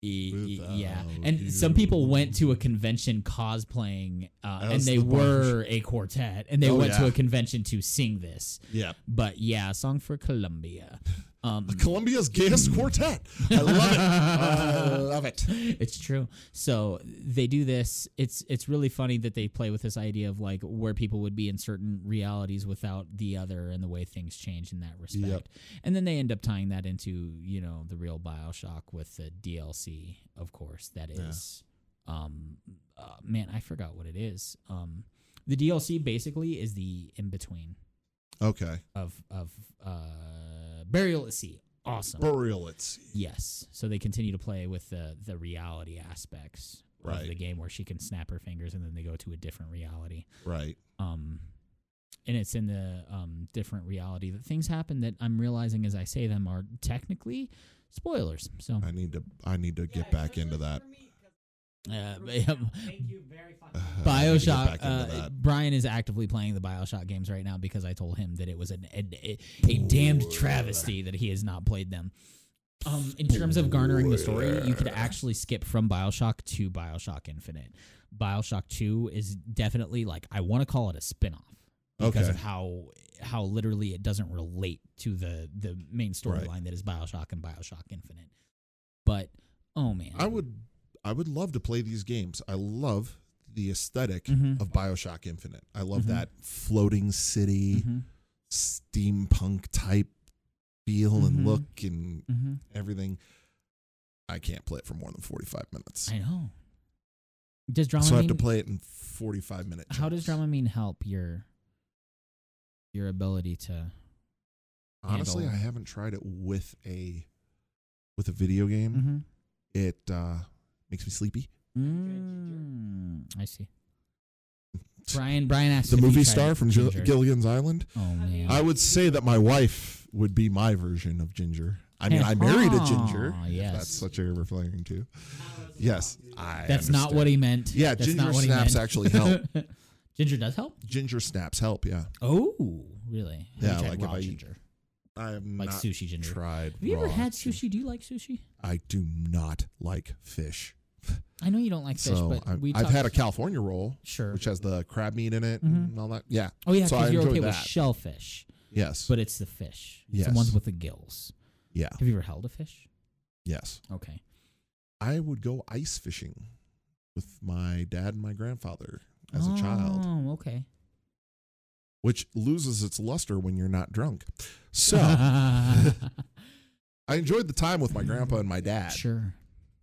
S2: E- e- yeah,
S3: Without
S2: and some people went
S3: you.
S2: to a convention cosplaying, uh, and
S3: As
S2: they
S3: the Bunch.
S2: were a quartet, and they
S3: Oh,
S2: went to
S3: yeah.
S2: a convention to sing this.
S3: Yeah.
S2: But yeah, song for
S3: (laughs)
S2: Columbia. Um,
S3: Columbia's gayest quartet. I love it. (laughs) I love it.
S2: (laughs) it's true. So they do this. It's it's really funny that they play with this idea of like where people would be in certain realities without the other and the way things change in that respect. And then they end up tying that into, you know, the real BioShock with the DLC, of course, that
S3: Yeah.
S2: is um uh, man, I forgot what it is. Um the DLC basically is the in between
S3: Okay.
S2: of of uh Burial at Sea. Awesome.
S3: Burial at sea.
S2: Yes. So they continue to play with the the reality aspects of
S3: Right.
S2: the game where she can snap her fingers and then they go to a different reality.
S3: Right.
S2: Um and it's in the um different reality that things happen that I'm realizing as I say them are technically spoilers. So
S3: I need to I need to get back into that. (sighs)
S2: (laughs) uh, yeah,
S3: Uh, I need to get
S2: BioShock
S3: back into
S2: uh, Brian is actively playing the BioShock games right now because I told him that it was an, a, a, a damned travesty that he has not played them. Um, in terms of garnering the story, you could actually skip from Bioshock to Bioshock Infinite. Bioshock Two is definitely like I want to call it a spinoff because
S3: Okay.
S2: of how how literally it doesn't relate to the the main storyline that is Bioshock and Bioshock Infinite. But oh man,
S3: I would I would love to play these games. I love the esthetic
S2: Mhm.
S3: of BioShock Infinite. I love
S2: Mhm.
S3: that floating city,
S2: hmm Mm-hmm.
S3: steampunk type feel
S2: Mhm.
S3: and look and
S2: hmm
S3: everything. I can't play it for more than 45 minutes.
S2: I know. Does Dramamine?
S3: so I have to play it in 45 minutes.
S2: How does Dramamine help your your ability to?
S3: Honestly,
S2: handle-
S3: I haven't tried it with a with a video game.
S2: Mm-hmm.
S3: It uh, makes me sleepy.
S2: Mm, I
S3: (laughs)
S2: see. Brian Brian asked
S3: The
S2: if you
S3: movie
S2: tried
S3: star from Gil-
S2: ginger.
S3: Gilligan's Island.
S2: Oh man!
S3: I would say that my wife would be my version of Ginger. I mean, I married a Ginger.
S2: Ah,
S3: if
S2: yes.
S3: that's what you're referring to. Yes, I.
S2: That's not what he meant.
S3: Yeah,
S2: That's
S3: ginger
S2: not what
S3: snaps
S2: he meant.
S3: actually help.
S2: (laughs) ginger does help.
S3: Ginger snaps help. Yeah,
S2: Oh, really? Have you
S3: Yeah,
S2: tried
S3: like if
S2: raw
S3: I eat
S2: ginger,
S3: I have
S2: like
S3: not
S2: sushi ginger.
S3: tried.
S2: Have you ever
S3: raw
S2: had sushi? Do you like sushi?
S3: I do not like fish,
S2: I know you don't like fish,
S3: so
S2: but
S3: I,
S2: we
S3: I've
S2: talked-
S3: had a California roll,
S2: sure.
S3: which has the crab meat in it
S2: Mhm.
S3: and all that. Yeah.
S2: Oh yeah,
S3: so
S2: because
S3: I
S2: you're
S3: enjoy
S2: okay with
S3: that.
S2: shellfish,
S3: Yes.
S2: but it's the fish. It's the
S3: Yes.
S2: ones with the gills.
S3: yeah.
S2: Have you ever held a fish?
S3: Yes.
S2: Okay.
S3: I would go ice fishing with my dad and my grandfather as a child,
S2: Oh, okay.
S3: which loses its luster when you're not drunk.
S2: (laughs)
S3: So I enjoyed the time with my grandpa and my dad,
S2: sure.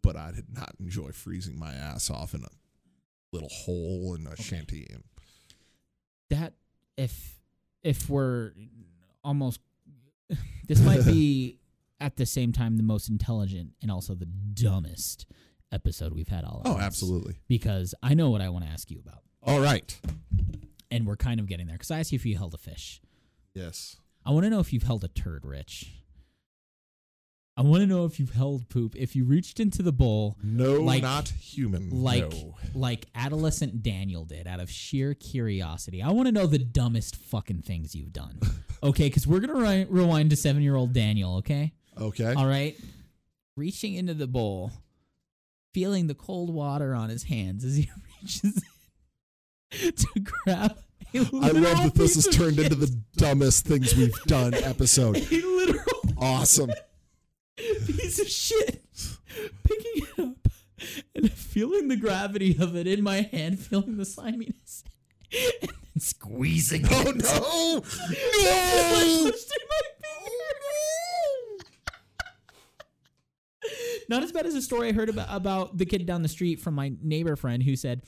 S3: but I did not enjoy freezing my ass off in a little hole in a shanty. And
S2: That if if we're almost (laughs) this might
S3: (laughs)
S2: be at the same time the most intelligent and also the dumbest episode we've had all. at
S3: oh,
S2: once.
S3: absolutely.
S2: Because I know what I want to ask you about,
S3: All right.
S2: and we're kind of getting there. Because I asked you if you held a fish.
S3: Yes.
S2: I want to know if you've held a turd, Rich. I want to know if you've held poop. If you reached into the bowl
S3: No,
S2: Like-
S3: not human.
S2: like
S3: no.
S2: like adolescent Daniel did out of sheer curiosity. I want to know the dumbest fucking things you've
S3: (laughs)
S2: done. Okay, cuz we're going to ri- rewind to 7-year-old Daniel, okay?
S3: okay.
S2: All right. Reaching into the bowl, feeling the cold water on his hands as he (laughs) reaches in to grab a
S3: I
S2: literal
S3: love that
S2: (laughs)
S3: this
S2: piece
S3: has
S2: of
S3: turned
S2: shit.
S3: into the dumbest things we've done
S2: (laughs)
S3: episode.
S2: a literal (laughs)
S3: Awesome.
S2: piece of shit picking it up and feeling the gravity of it in my hand, feeling the sliminess, (laughs) and then squeezing it.
S3: Oh no!
S2: I
S3: No!
S2: pushed in my finger. Not as bad as a story I heard about, about the kid down the street from my neighbor friend who said,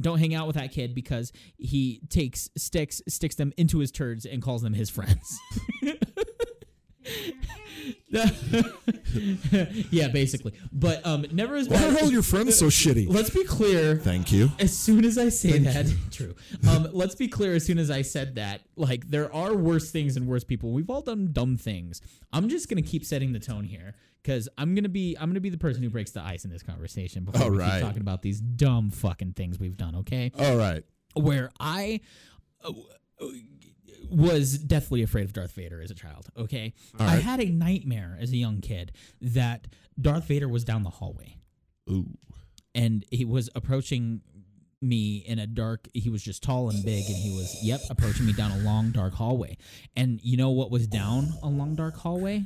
S2: "Don't hang out with that kid because he takes sticks, sticks them into his turds, and calls them his friends." (laughs) yeah, basically. But um, never as
S3: Why
S2: bad.
S3: are all your friends so
S2: (laughs)
S3: shitty?
S2: Let's be clear.
S3: Thank you.
S2: As soon as I say that, (laughs) true. Um, let's be clear. As soon as I said that, like there are worse things and worse people. We've all done dumb things. I'm just gonna keep setting the tone here because I'm gonna be I'm gonna be the person who breaks the ice in this conversation before
S3: All
S2: we
S3: right.
S2: keep talking about these dumb fucking things we've done. Okay,
S3: All right.
S2: where I uh, was deathly afraid of Darth Vader as a child. Okay,
S3: All
S2: I
S3: right.
S2: had a nightmare as a young kid that Darth Vader was down the hallway.
S3: Ooh.
S2: and he was approaching me in a dark he was just tall and big and he was yep approaching me down a long dark hallway and you know what was down a long dark hallway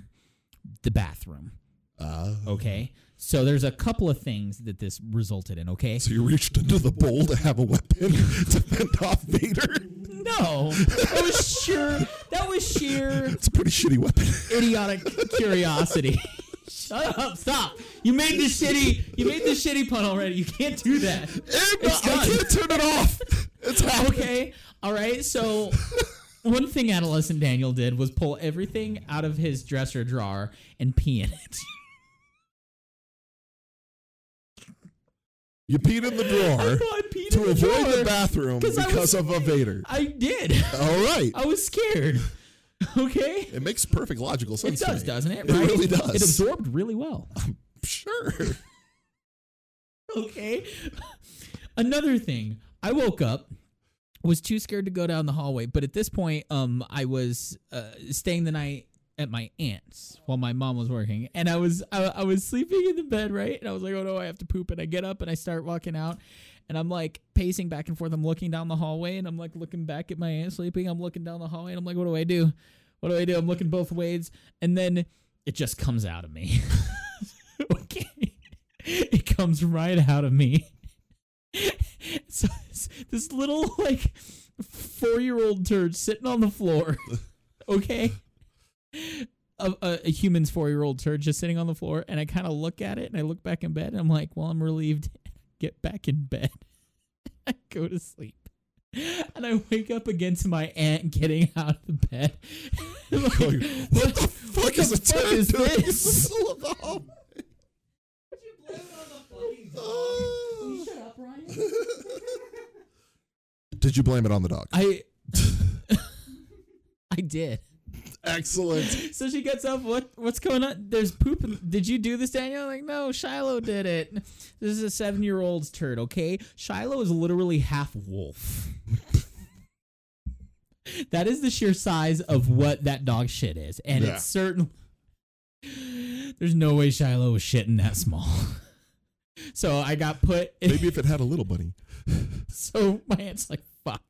S2: the bathroom
S3: Uh,
S2: okay so there's a couple of things that this resulted in okay
S3: So you reached into the bowl to have a weapon to fend off Vader.
S2: no that was sheer that was sheer
S3: It's a pretty shitty weapon.
S2: idiotic curiosity (laughs) shut up stop you made the shitty you made the shitty pun already you can't do that
S3: I
S2: done.
S3: can't turn it off. It's
S2: (laughs)
S3: happening.
S2: okay. All right. So one thing adolescent Daniel did was pull everything out of his dresser drawer and pee in it.
S3: You peed in the
S2: I
S3: drawer
S2: thought (laughs) I peed
S3: to
S2: in the
S3: avoid the
S2: drawer.
S3: bathroom
S2: 'cause I was-
S3: because of a Vader.
S2: I did.
S3: All right.
S2: I was scared. (laughs) Okay.
S3: It makes perfect logical
S2: It
S3: sense. to
S2: does,
S3: me.
S2: doesn't it?
S3: It
S2: Right?
S3: really
S2: It
S3: does.
S2: absorbed really well.
S3: sure.
S2: (laughs) Okay. Another thing, I woke up, was too scared to go down the hallway, but at this point, um, I was uh, staying the night at my aunt's while my mom was working, and I was I, I was sleeping in the bed, right? And I was like, oh no, I have to poop, and I get up and I start walking out, and I'm like pacing back and forth. I'm looking down the hallway, and I'm like looking back at my aunt sleeping. I'm looking down the hallway, and I'm like, what do I do? What do I do? I'm looking both ways, and then it just comes out of me. (laughs) okay. It comes right out of me. (laughs) so this, this little like four year old turd sitting on the floor. (laughs) Okay. A, a, a human's four year old turd just sitting on the floor. And I kind of look at it and I look back in bed and I'm like, well, I'm relieved. (laughs) Get back in bed. (laughs) I go to sleep. And I wake up again to my aunt getting out of the bed. (laughs) Like,
S3: Going, what the fuck
S2: what
S3: is
S2: the
S3: a
S2: fuck
S3: turd
S2: is
S3: doing in the
S2: this?
S3: middle of the (laughs) hallway? Ah. Did you blame it on the dog?
S2: I (laughs) I did.
S3: Excellent.
S2: So she gets up. What what's going on? There's poop. in- Did you do this, Daniel? I'm like no, Shiloh did it. This is a seven year old's turd. Okay, Shiloh is literally half wolf. (laughs) that is the sheer size of what that dog shit is, and
S3: Yeah.
S2: it's certain. There's no way Shiloh was shitting that small. (laughs) so I got put. in-
S3: Maybe if it had a little bunny.
S2: (laughs) So my aunt's like, fuck.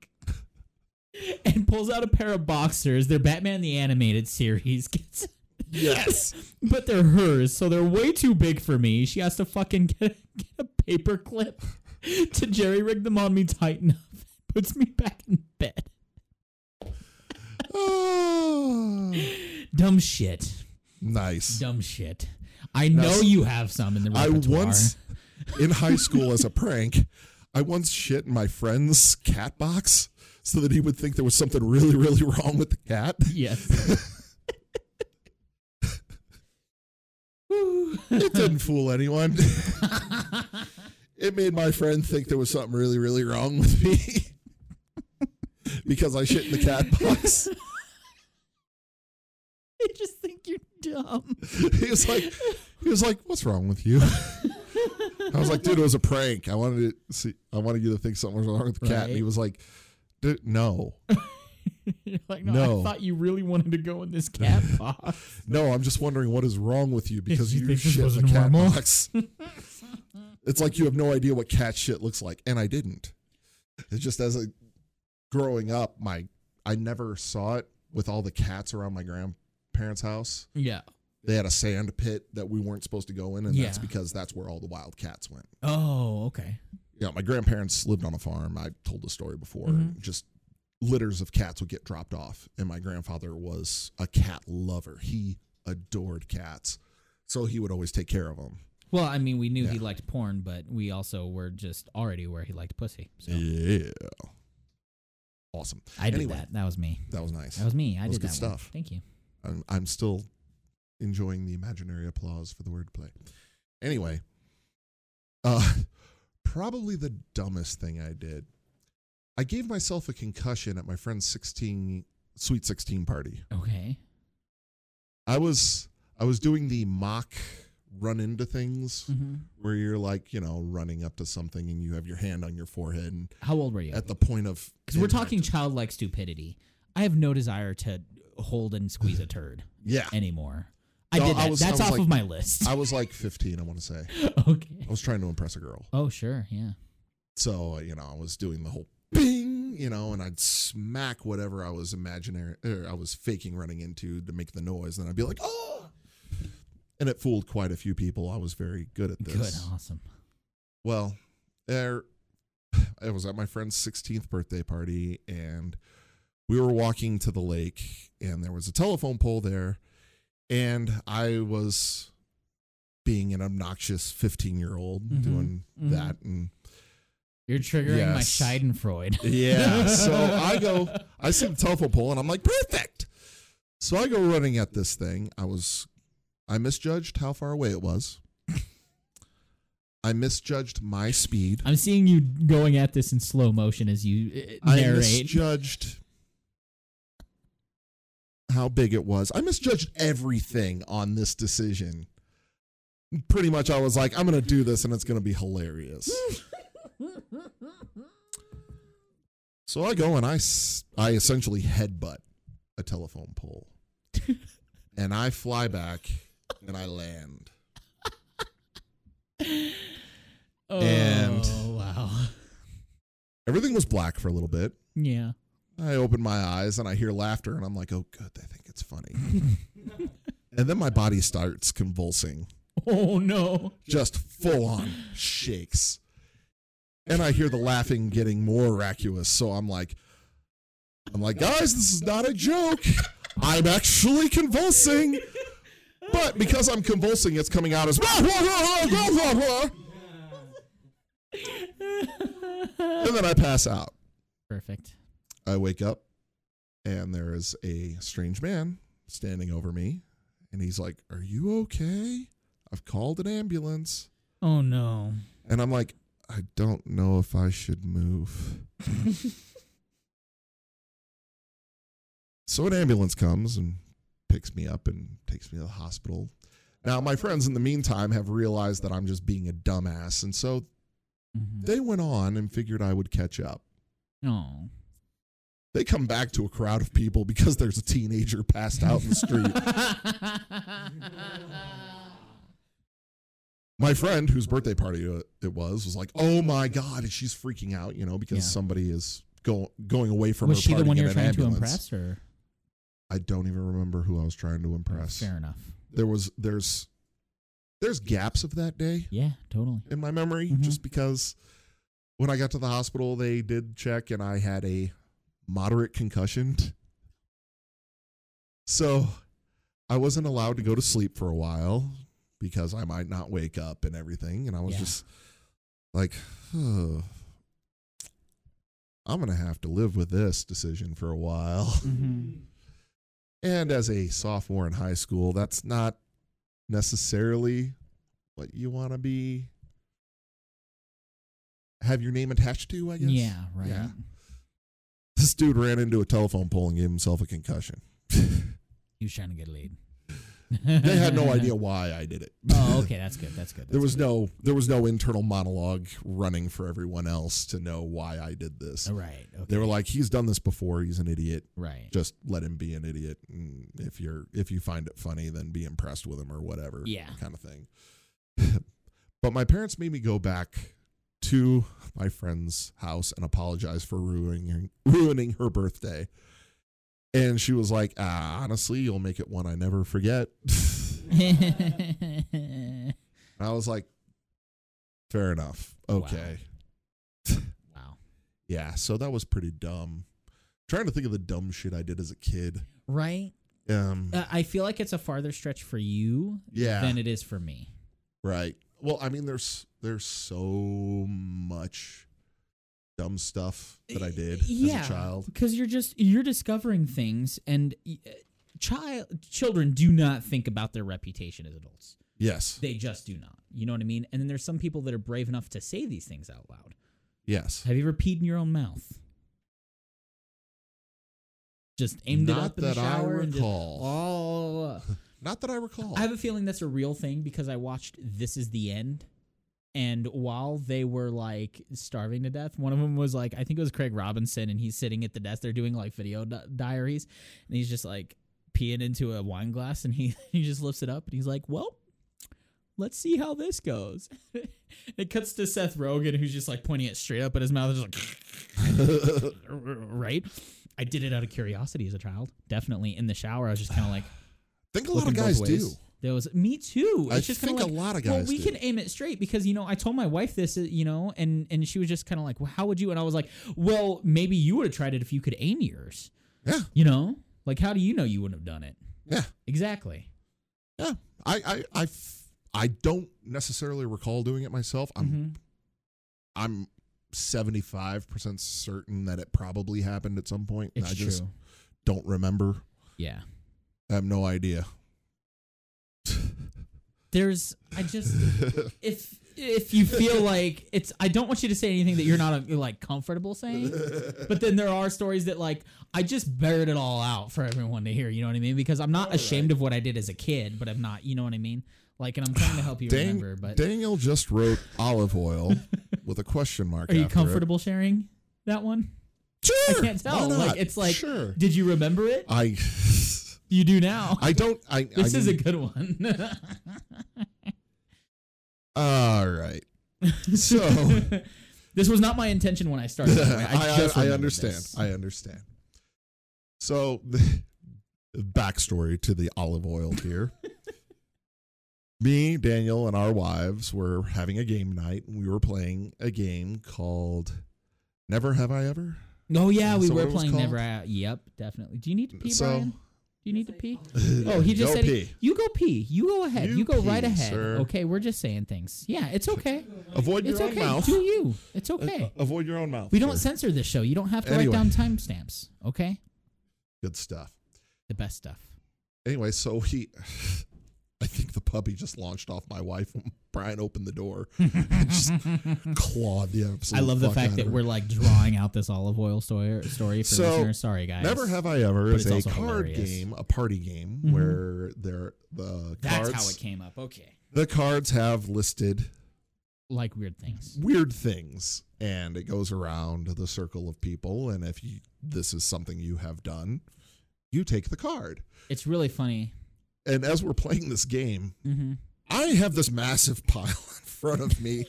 S2: (laughs) And pulls out a pair of boxers. They're Batman the Animated Series. (laughs) Gets,
S3: (laughs) Yes.
S2: but they're hers, so they're way too big for me. She has to fucking (laughs) get, get a paper clip (laughs) to jerry rig them on me tight enough. (laughs) Puts me back in bed.
S3: Oh,
S2: Dumb shit.
S3: nice.
S2: Dumb shit. I know you have some in the
S3: I
S2: repertoire.
S3: once, in high school as a prank, I once shit in my friend's cat box so that he would think there was something really, really wrong with the cat.
S2: (laughs) Yes. (laughs) Woo.
S3: It didn't fool anyone. (laughs) It made my friend think there was something really, really wrong with me (laughs) because I shit in the cat box. (laughs)
S2: I just think you're dumb. (laughs)
S3: He was like, he was like, "What's wrong with you?" (laughs) I was like, "Dude, it was a prank. I wanted to see. I wanted you to think something was wrong with the cat." And he
S2: Right.
S3: was like, "Dude, no,
S2: You're like, no,
S3: No.
S2: I thought you really wanted to go in this
S3: (laughs)
S2: cat box.
S3: no. I'm just wondering what is wrong with you because
S2: You
S3: you,
S2: think this
S3: shit
S2: was
S3: in the
S2: (laughs)
S3: cat
S2: normal?"
S3: box." it's like you have no idea what cat shit looks like, and I didn't. It's just as a growing up, my I never saw it with all the cats around my grandparents' house.
S2: yeah.
S3: they had a sand pit that we weren't supposed to go in, and that's
S2: Yeah.
S3: because that's where all the wild cats went.
S2: Oh, okay.
S3: You know, my grandparents lived on a farm. I told the story before.
S2: Mhm.
S3: Just litters of cats would get dropped off, and my grandfather was a cat lover. He adored cats, so he would always take care of them.
S2: Well, I mean, we knew he
S3: Yeah.
S2: liked porn, but we also were just already aware he liked pussy. So
S3: Yeah, awesome.
S2: I did
S3: Anyway.
S2: that. That was me.
S3: That was nice.
S2: That was me. I
S3: That was
S2: did
S3: good
S2: that one.
S3: stuff.
S2: Thank you.
S3: I'm, I'm still enjoying the imaginary applause for the wordplay. Anyway, uh, (laughs) probably the dumbest thing I did. I gave myself a concussion at my friend's 16 sweet 16 party.
S2: Okay.
S3: I was I was doing the mock run into things
S2: Mm-hmm.
S3: where you're like, you know, running up to something and you have your hand on your forehead and
S2: How old were you?
S3: at the point of
S2: Because we're
S3: impact-
S2: talking childlike stupidity. I have no desire to hold and squeeze a turd
S3: Yeah.
S2: anymore. I I
S3: No,
S2: did
S3: I
S2: that.
S3: was- I
S2: That's
S3: was
S2: off
S3: like-
S2: of my list.
S3: I was like 15, I want to say.
S2: (laughs) okay.
S3: I was trying to impress a girl.
S2: Oh sure, yeah.
S3: So, you know, I was doing the whole bing, you know, and I'd smack whatever I was imaginary, or I was faking running into to make the noise. And I'd be like, oh. And it fooled quite a few people. I was very good at this.
S2: Good, awesome.
S3: Well, there, (sighs) I was at my friend's 16th birthday party, and we were walking to the lake, and there was a telephone pole there, and I was being an obnoxious 15 year old
S2: Mhm,
S3: doing
S2: mhm.
S3: that, and
S2: You're triggering my
S3: Yes.
S2: Schadenfreude. (laughs)
S3: yeah, (laughs) so I go, I see the telephone pole, and I'm like, perfect. So I go running at this thing. I was, I misjudged how far away it was. I misjudged my speed.
S2: I'm seeing you going at this in slow motion as you uh,
S3: I
S2: narrate.
S3: misjudged how big it was. I misjudged everything on this decision. Pretty much, I was like, I'm going to do this and it's going to be hilarious. so I go and I, s- I essentially headbutt a telephone pole. and I fly back and I land.
S2: oh
S3: and-
S2: wow.
S3: Everything was black for a little bit.
S2: Yeah. (laughs)
S3: I open my eyes and I hear laughter and I'm like, oh, good. They think it's funny. and then my body starts convulsing.
S2: Oh no.
S3: just full on shakes. And I hear the laughing getting more raucous, so I'm like, I'm like, guys, this is not a joke. I'm actually convulsing, but because I'm convulsing, it's coming out as. And then I pass out.
S2: Perfect.
S3: I wake up, and there is a strange man standing over me, and he's like, "Are you okay? I've called an ambulance."
S2: Oh no.
S3: And I'm like, I don't know if I should move. so an ambulance comes and picks me up and takes me to the hospital. Now, my friends in the meantime have realized that I'm just being a dumbass. And so
S2: Mhm.
S3: they went on and figured I would catch up.
S2: Oh.
S3: They come back to a crowd of people because there's a teenager passed out in
S2: (laughs)
S3: the street. my friend, whose birthday party uh, it was, was like, "Oh my god!" And she's freaking out, you know, because
S2: Yeah.
S3: somebody is go, going away from
S2: Was
S3: her.
S2: she the
S3: party
S2: one
S3: in
S2: you were
S3: an
S2: trying
S3: ambulance.
S2: to impress, or
S3: I don't even remember who I was trying to impress.
S2: fair enough?
S3: There was there's there's gaps of that day
S2: Yeah, totally.
S3: in my memory,
S2: Mhm.
S3: just because when I got to the hospital, they did check and I had a moderate concussion. So I wasn't allowed to go to sleep for a while because I might not wake up and everything. And I was
S2: Yeah.
S3: just like, "Huh, I'm going to have to live with this decision for a while. (laughs) Mm-hmm. And as a sophomore in high school, that's not necessarily what you want to be have your name attached to, I guess.
S2: Yeah, right.
S3: Yeah. This dude ran into a telephone pole and gave himself a concussion. (laughs)
S2: He was trying to get a lead.
S3: They
S2: (laughs)
S3: had no idea why I did it.
S2: Oh,
S3: (laughs)
S2: okay, that's good. That's good.
S3: there
S2: that's
S3: was
S2: good.
S3: no there was no internal monologue running for everyone else to know why I did this.
S2: Oh, right. Okay.
S3: They were like, "He's done this before. He's an idiot.
S2: right. (laughs)
S3: Just let him be an idiot. And if you're if you find it funny, then be impressed with him or whatever."
S2: Yeah.
S3: kind of thing. (laughs) but my parents made me go back to my friend's house and apologize for ruining ruining her birthday. And she was like, ah, "Honestly, you'll make it one I never forget." (laughs) and I was like, "Fair enough. Okay.
S2: wow.
S3: Yeah, so that was pretty dumb." Trying to think of the dumb shit I did as a kid.
S2: Right.
S3: Um,
S2: Uh, I feel like it's a farther stretch for you
S3: yeah.
S2: than it is for me.
S3: Right. Well, I mean, there's there's so much dumb stuff that I did as a child.
S2: because you're just you're discovering things, and y- uh, child children do not think about their reputation as adults.
S3: Yes.
S2: They just do not. You know what I mean? And then there's some people that are brave enough to say these things out loud.
S3: Yes.
S2: Have you ever peed in your own mouth? Just aimed it
S3: Not
S2: up in the
S3: that I
S2: shower and just-
S3: recall.
S2: oh.
S3: Not that I recall.
S2: I have a feeling that's a real thing because I watched This Is the End. And while they were like starving to death, one of them was like, I think it was Craig Robinson, and he's sitting at the desk. They're doing like video di- diaries, and he's just like, peeing into a wine glass and he, (laughs) he just lifts it up and he's like, well, let's see how this goes. (laughs) it cuts to Seth Rogen, who's just like pointing it straight up at his mouth. Just like, (laughs) right? I did it out of curiosity as a child. Definitely in the shower, I was just kind of like,
S3: think a lot of
S2: looking both
S3: guys do.
S2: ways. There was me too. It's
S3: I
S2: just
S3: think
S2: kind of
S3: a
S2: like,
S3: lot of
S2: well,
S3: guys
S2: we
S3: do.
S2: can aim it straight because you know I told my wife this, uh, you know, and and she was just kind of like, well, how would you? And I was like, well, maybe you would have tried it if you could aim yours.
S3: Yeah.
S2: You know, like how do you know you wouldn't have done it?
S3: Yeah.
S2: Exactly.
S3: Yeah. I I I f- I don't necessarily recall doing it myself. I'm
S2: Mhm.
S3: I'm 75% certain that it probably happened at some point. and
S2: It's
S3: I just
S2: true.
S3: don't remember.
S2: Yeah.
S3: I have no
S2: (laughs)
S3: idea.
S2: There's. I just. if if you feel like it's I don't want you to say anything that you're not uh, like comfortable saying. But then there are stories that like I just bared it all out for everyone to hear, you know what I mean? Because I'm not
S3: All
S2: ashamed
S3: right.
S2: of what I did as a kid, but I'm not, you know what I mean? Like and I'm trying to help you
S3: (sighs) Dang-
S2: remember, but
S3: Daniel just wrote olive
S2: (laughs)
S3: oil with a question mark.
S2: are you
S3: after it.
S2: comfortable sharing that one?
S3: Sure.
S2: can't
S3: why
S2: tell. Like,
S3: not?
S2: it's like-
S3: sure.
S2: Did you remember it?
S3: I
S2: You do now.
S3: I don't I
S2: this
S3: I
S2: is a
S3: mean-
S2: good one. (laughs)
S3: all right. So-
S2: this was not my intention when I
S3: (laughs)
S2: started. by the way. I,
S3: I,
S2: just
S3: I,
S2: remembered
S3: understand.
S2: this.
S3: I understand. So, the backstory to the olive oil
S2: (laughs)
S3: here. Me, Daniel, and our wives were having a game night, and we were playing a game called Never Have I Ever.
S2: Oh yeah,
S3: Is
S2: we
S3: that what
S2: were
S3: it was
S2: playing
S3: called?
S2: Never Out. Yep, definitely. Do you need to pee,
S3: So-
S2: Brian? Do you need to pee? (laughs) Oh, he just
S3: Go
S2: said he-
S3: pee.
S2: you go pee. You go ahead. You,
S3: You
S2: go right
S3: pee,
S2: ahead.
S3: sir.
S2: Okay, we're just saying things. Yeah, it's okay.
S3: Avoid
S2: it's
S3: your own
S2: okay.
S3: mouth.
S2: Do you? It's okay.
S3: A- Uh, Avoid your own mouth.
S2: We don't
S3: Sure.
S2: censor this show. You don't have to
S3: Anyway.
S2: write down timestamps. Okay,
S3: Good stuff.
S2: the best stuff.
S3: Anyway, so he. (sighs) I think the puppy just launched off my wife when Brian opened the door.
S2: (laughs)
S3: just clawed the absolute
S2: I love the
S3: fuck out
S2: fact that
S3: of her.
S2: we're like drawing out this olive oil story, story for
S3: So,
S2: listeners. Sorry, guys.
S3: Never have I ever
S2: But
S3: is a
S2: it's also
S3: card
S2: hilarious.
S3: game, a party game
S2: Mhm.
S3: where there the
S2: That's
S3: cards
S2: how it came up. Okay,
S3: the cards have listed
S2: like weird things.
S3: weird things and it goes around the circle of people and if you, this is something you have done, you take the card.
S2: It's really funny.
S3: And as we're playing this game,
S2: Mm-hmm.
S3: I have this massive pile (laughs) in front of me.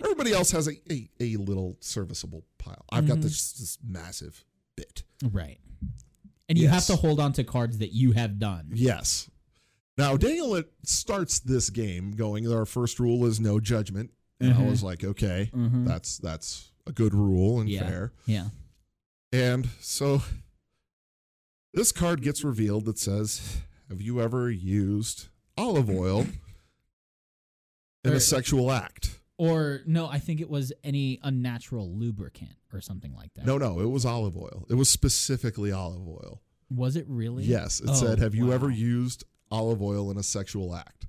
S3: Everybody else has a, a, a little serviceable pile. I've got
S2: Mhm.
S3: this, this massive bit.
S2: Right. And you
S3: Yes.
S2: have to hold on to cards that you have done.
S3: Yes. Now Daniel it starts this game going. Our first rule is no judgment, and I
S2: Mhm.
S3: was like, okay,
S2: Mhm.
S3: that's that's a good rule and
S2: Yeah.
S3: fair.
S2: Yeah.
S3: And so this card gets revealed that says, "Have you ever used olive
S2: (clears throat)
S3: oil in
S2: Or-
S3: a sexual act?"
S2: Or no, I think it was any unnatural lubricant or something like that.
S3: No, no, it was olive oil. It was specifically olive oil.
S2: Was it really?
S3: Yes, it
S2: Oh,
S3: said, "Have you ever
S2: wow.
S3: used olive oil in a sexual act?"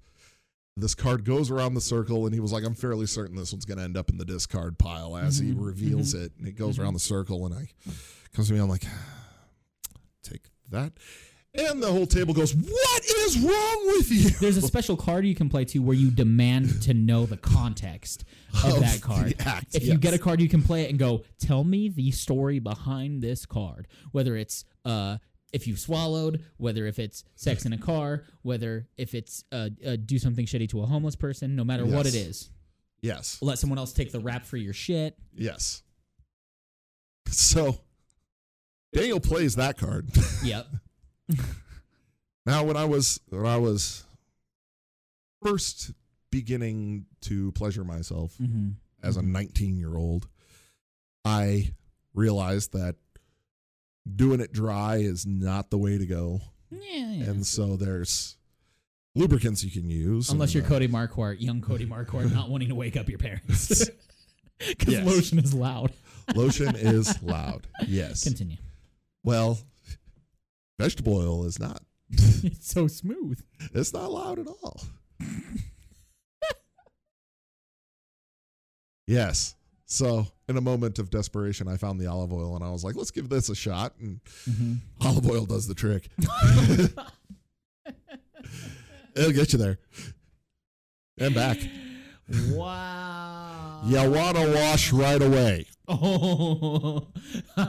S3: This card goes around the circle, and he was like, "I'm fairly certain this one's going to end up in the discard pile." As he
S2: Mhm,
S3: reveals it, and it goes
S2: Mm-hmm.
S3: around the circle, and I comes to me, I'm like, "Take that," and the whole table goes, "What is wrong with you?"
S2: (laughs) There's a special card you can play to where you demand to know the context of,
S3: Of (laughs)
S2: that card.
S3: the act,
S2: if you get a
S3: Oh, yes.
S2: card, you can play it and go, tell me the story behind this card. Whether it's uh, if you swallowed, whether if it's sex in a car, whether if it's uh, uh, do something shitty to a homeless person, no matter what it
S3: Yes.
S2: is.
S3: yes,
S2: Let someone else take the rap for your shit.
S3: yes. So Daniel plays that card.
S2: Yep.
S3: Now, when I was when I was first beginning to pleasure myself
S2: Mm-hmm.
S3: as a 19 year old, I realized that doing it dry is not the way to go,
S2: Yeah. yeah.
S3: and so there's lubricants you can use,
S2: Unless
S3: and,
S2: you're Cody Marquardt, young Cody Marquardt, not wanting to wake up your parents. (laughs) Because
S3: Yes.
S2: lotion is loud.
S3: uh, lotion
S2: (laughs)
S3: is loud. Yes.
S2: Continue.
S3: Well, vegetable oil is not.
S2: (laughs) It's so smooth.
S3: It's not loud at all. yes. So, in a moment of desperation, I found the olive oil and I was like, let's give this a shot. And olive oil does the trick. (laughs) It'll get you there and back.
S2: Wow.
S3: You want to wash right
S2: (laughs)
S3: away. (laughs)
S2: Oh,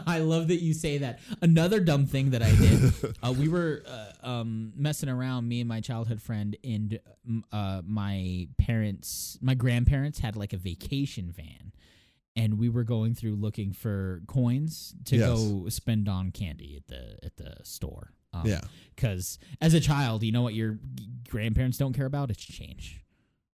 S2: I love that you say that. Another dumb thing that I did. uh, we were uh, um, messing around, me and my childhood friend and um, uh, my parents, my grandparents had like a vacation van, and we were going through looking for coins to
S3: Yes.
S2: go spend on candy at the at the store. Um,
S3: yeah.
S2: Because as a child, you know what your g- grandparents don't care about? It's change.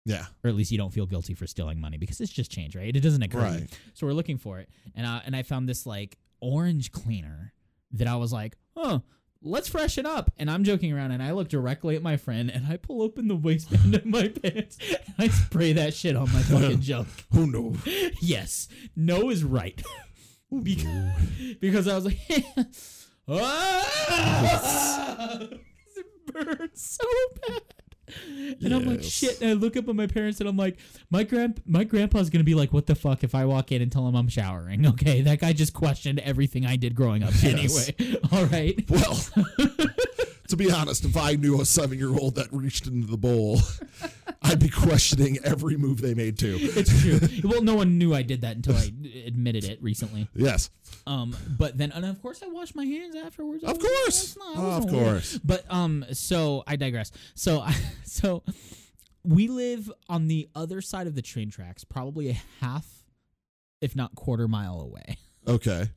S3: Yeah.
S2: Or at least you don't feel guilty for stealing money because it's just change, right? It doesn't occur. to you.
S3: Right.
S2: So we're looking for it, and I and I found this like orange cleaner that I was like, oh, let's freshen up. And I'm joking around, and I look directly at my friend, and I pull open the waistband of my (laughs) pants, and I spray that shit on my fucking junk.
S3: Who knows?
S2: Yes, no is right (laughs) because, because I was like, (laughs) ah! (laughs) it burns so bad. And I'm like,
S3: Yes.
S2: shit. And I look up at my parents and I'm like, my grand, my grandpa's gonna be like, what the fuck if I walk in and tell him I'm showering? (laughs) Okay, that guy just questioned everything I did growing up.
S3: (laughs) Yes.
S2: Anyway, (laughs) all right.
S3: Well, to be honest, if I knew a seven year old that reached into the bowl, (laughs) I'd be questioning every move they made too.
S2: It's true. well, no one knew I did that until I admitted it recently.
S3: Yes.
S2: Um, but then, and of course, I washed my hands afterwards. I
S3: Of
S2: wasn't-
S3: course.
S2: that's not- I
S3: Of
S2: wasn't aware.
S3: course.
S2: But um, so I digress. So (laughs) I, so we live on the other side of the train tracks, probably a half, if not quarter mile away.
S3: Okay.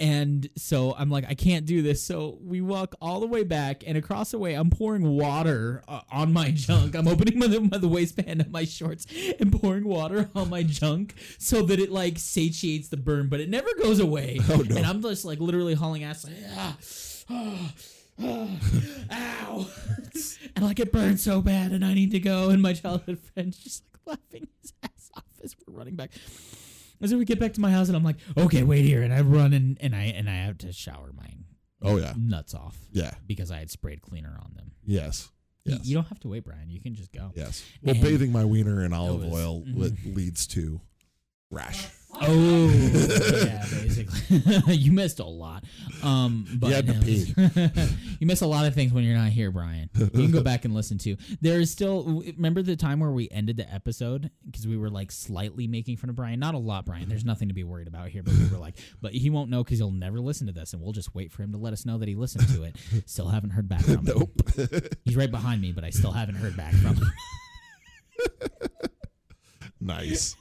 S2: And so I'm like, I can't do this. So we walk all the way back and across the way. I'm pouring water uh, on my junk. I'm opening my, my the waistband of my shorts and pouring water on my junk so that it like satiates the burn, but it never goes away.
S3: (laughs) Oh, no.
S2: And I'm just like literally hauling ass, like, ah, ah, ah, ow, (laughs) and like it burns so bad, and I need to go. And my childhood friend's just like laughing his ass off as we're running back. And so we get back to my house, and I'm like, okay, wait here, and I run and, and I and I have to shower my
S3: Oh, yeah.
S2: nuts off
S3: Yeah.
S2: because I had sprayed cleaner on them.
S3: Yes.
S2: Y-
S3: Yes.
S2: You don't have to wait, Brian. You can just go.
S3: Yes. Well,
S2: And- Mm-hmm.
S3: bathing my wiener in olive
S2: was-
S3: oil le- leads to
S2: (laughs)
S3: rash.
S2: Oh, yeah, basically. (laughs) you missed a lot. Um, but
S3: You had to
S2: (laughs) you miss a lot of things when you're not here, Brian. You can go back and listen to. There is still. w- Remember the time where we ended the episode because we were like slightly making fun of Brian. Not a lot, Brian. There's nothing to be worried about here. But we were like, (laughs) but he won't know because he'll never listen to this, and we'll just wait for him to let us know that he listened to
S3: (laughs)
S2: it. Still haven't heard back from him.
S3: Nope. (laughs)
S2: He's right behind me, but I still haven't heard back from him. (laughs)
S3: nice.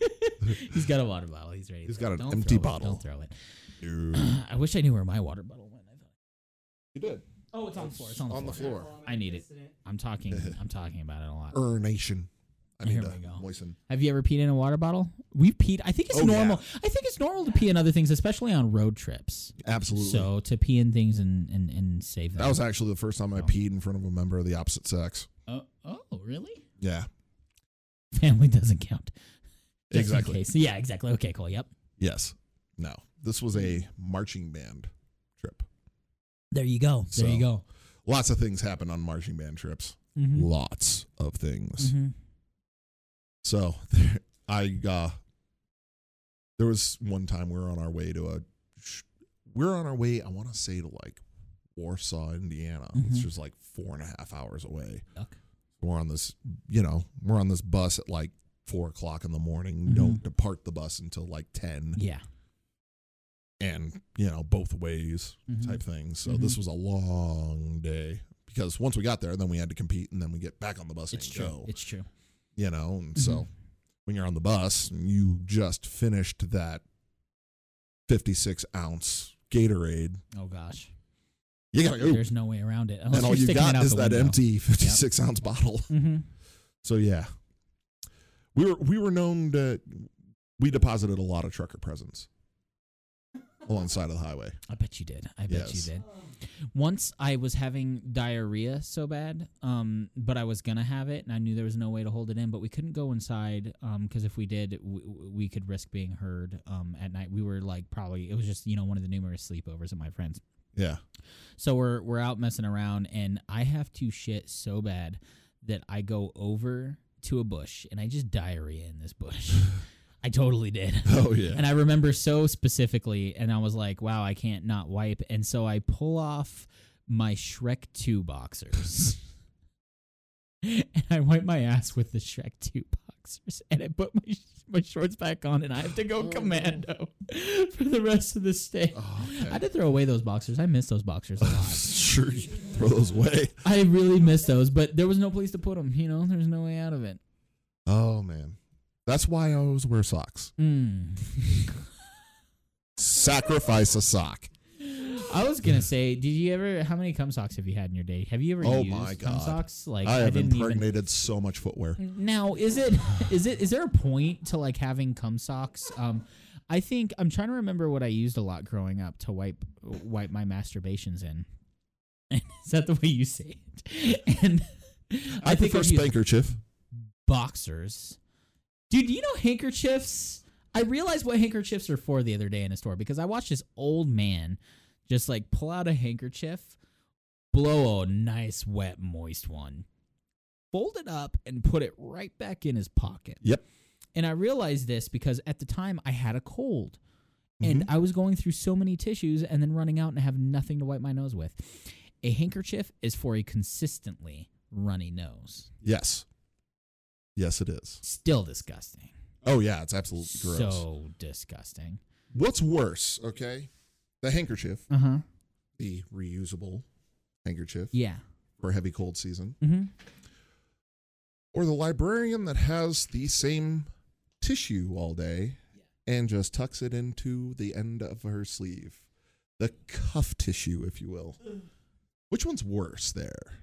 S2: He's got a water bottle. He's ready. to
S3: He's
S2: throw
S3: got
S2: it.
S3: an
S2: Don't
S3: empty
S2: throw it.
S3: bottle.
S2: Don't throw it. (clears throat)
S3: you
S2: I wish I knew where my water bottle went. I thought.
S3: did.
S2: Oh, it's on the floor. It's on the,
S3: On the
S2: floor.
S3: floor.
S2: I need it. I'm
S3: (laughs)
S2: talking. I'm talking about it a lot.
S3: Urination. I
S2: Here
S3: need to
S2: we go.
S3: moisten.
S2: Have you ever peed in a water bottle? We've peed. I think it's
S3: Oh,
S2: normal. I think it's normal to pee in other things, especially on road trips.
S3: Absolutely.
S2: So to pee in things and and, and save them.
S3: that was actually the first time I peed in front of a member of the opposite sex.
S2: oh, oh, really?
S3: Yeah.
S2: Family (laughs) doesn't count. Just in
S3: Exactly.
S2: case. Yeah, exactly. Okay, cool. Yep.
S3: Yes. No. This was a marching band trip.
S2: There you go. There
S3: So-
S2: you go.
S3: Lots of things happen on marching band trips.
S2: Mm-hmm.
S3: Lots of things.
S2: hmm
S3: So (laughs) I uh there was one time we were on our way to a sh- we are on our way, I want to say to like Warsaw, Indiana,
S2: Mhm.
S3: which is like four and a half hours away.
S2: Yuck.
S3: We're on this, you know, we're on this bus at like four o'clock in the morning. Don't depart the bus until like ten,
S2: Mm-hmm. Yeah.
S3: and you know both ways
S2: Mhm.
S3: type thing. So this was a long day because once we got there, then we had to compete, and then we get back on the bus
S2: It's
S3: and
S2: true.
S3: go
S2: It's true.
S3: you know and so
S2: Mm-hmm.
S3: when you're on the bus and you just finished that 56 ounce gatorade
S2: Oh gosh.
S3: you gotta go
S2: There's no way around (laughs) it. Unless
S3: and all
S2: Oh, you're
S3: you
S2: sticking it
S3: got
S2: out
S3: is
S2: the
S3: that
S2: window.
S3: empty 56 ounce bottle (laughs)
S2: Mhm.
S3: so yeah we were we were known to we deposited a lot of trucker presents alongside of the highway
S2: I bet you did. I bet
S3: Yes.
S2: you did. Once I was having diarrhea so bad, um, but I was gonna have it, and I knew there was no way to hold it in. But we couldn't go inside because if we did, we, we could risk being heard um, at night. We were like probably it was just you know one of the numerous sleepovers at my friends.
S3: yeah (laughs)
S2: So we're we're out messing around, and I have to shit so bad that I go over to a bush and I just diarrhea in this bush. I totally did.
S3: oh yeah
S2: And I remember so specifically, and I was like, wow, I can't not wipe. And so I pull off my Shrek (laughs) 2 boxers. and I wipe my ass with the Shrek 2 boxers. boxers and I put my my shorts back on and I have to go commando (laughs) for the rest of the stay.
S3: Oh,
S2: I had
S3: okay.
S2: to throw away those boxers. I miss those boxers a lot.
S3: sure, you throw those away.
S2: I really miss those, but there was no place to put them. You know, there's no way out of it.
S3: Oh man, that's why I always wear socks.
S2: Mm.
S3: Sacrifice a sock.
S2: I was gonna say, did you ever? How many cum socks have you had in your day? Have you ever
S3: Oh
S2: used
S3: my
S2: cum
S3: God.
S2: socks? Like
S3: I
S2: I,
S3: have
S2: didn't even.
S3: impregnated so much footwear.
S2: Now, is it is it is there a point to like having cum socks? Um, I think I'm trying to remember what I used a lot growing up to wipe wipe my masturbations in. (laughs) is that the way you say it? And
S3: I,
S2: think
S3: prefer
S2: I've used-
S3: spankerchief.
S2: boxers. Dude, do you know handkerchiefs? I realized what handkerchiefs are for the other day in a store because I watched this old man just like pull out a handkerchief, blow a nice, wet, moist one, fold it up, and put it right back in his pocket.
S3: Yep.
S2: And I realized this because at the time I had a cold and I was going through so many tissues and then running out and have nothing to wipe my nose with. A handkerchief is for a consistently runny nose.
S3: Yes. Yes, it is.
S2: Still disgusting.
S3: Oh yeah, it's absolutely gross.
S2: So disgusting.
S3: What's worse? Okay, the handkerchief,
S2: Uh huh.
S3: the reusable handkerchief
S2: Yeah.
S3: for heavy cold season,
S2: Mm-hmm.
S3: or the librarian that has the same tissue all day and just tucks it into the end of her sleeve, the cuff tissue, if you will. Which one's worse there?
S2: (clears throat)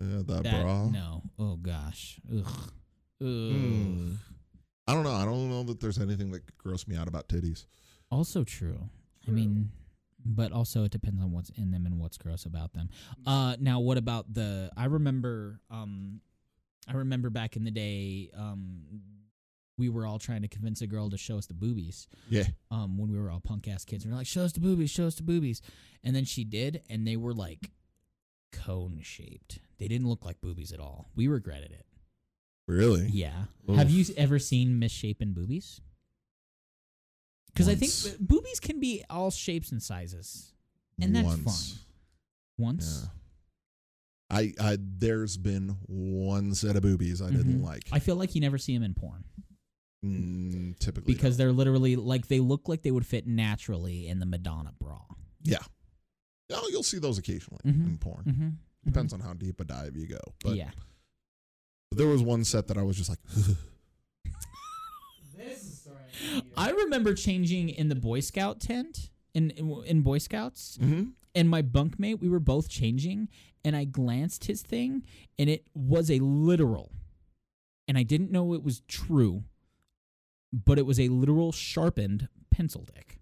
S3: Uh, the bra.
S2: No. Oh gosh. Ugh. Ugh.
S3: Mm. I don't know. I don't know that there's anything that could gross me out about titties.
S2: Also true. I mean, but also it depends on what's in them and what's gross about them. Uh, now what about the? I remember. Um, I remember back in the day. Um, we were all trying to convince a girl to show us the boobies.
S3: Yeah.
S2: um, when we were all punk ass kids. We were like, show us the boobies, show us the boobies. And then she did, and they were like cone shaped. They didn't look like boobies at all. We regretted it.
S3: Really?
S2: Yeah.
S3: Oof.
S2: Have you ever seen misshapen boobies? Because I think
S3: Once.
S2: b- boobies can be all shapes and sizes. And that's fine. Once.
S3: Yeah. I, I there's been one set of boobies I didn't
S2: Mhm.
S3: like.
S2: I feel like you never see them in porn
S3: Mm, typically
S2: because they're literally like they look like they would fit naturally in the Madonna bra.
S3: yeah. Oh, you'll see those occasionally
S2: Mhm.
S3: in porn.
S2: Mm-hmm.
S3: Depends on how deep a dive you go. But
S2: yeah.
S3: there was one set that I was just like, (laughs)
S2: I remember changing in the Boy Scout tent in in, in Boy Scouts,
S3: Mhm.
S2: and my bunkmate. We were both changing, and I glanced his thing, and it was a literal, and I didn't know it was true, but it was a literal sharpened pencil dick.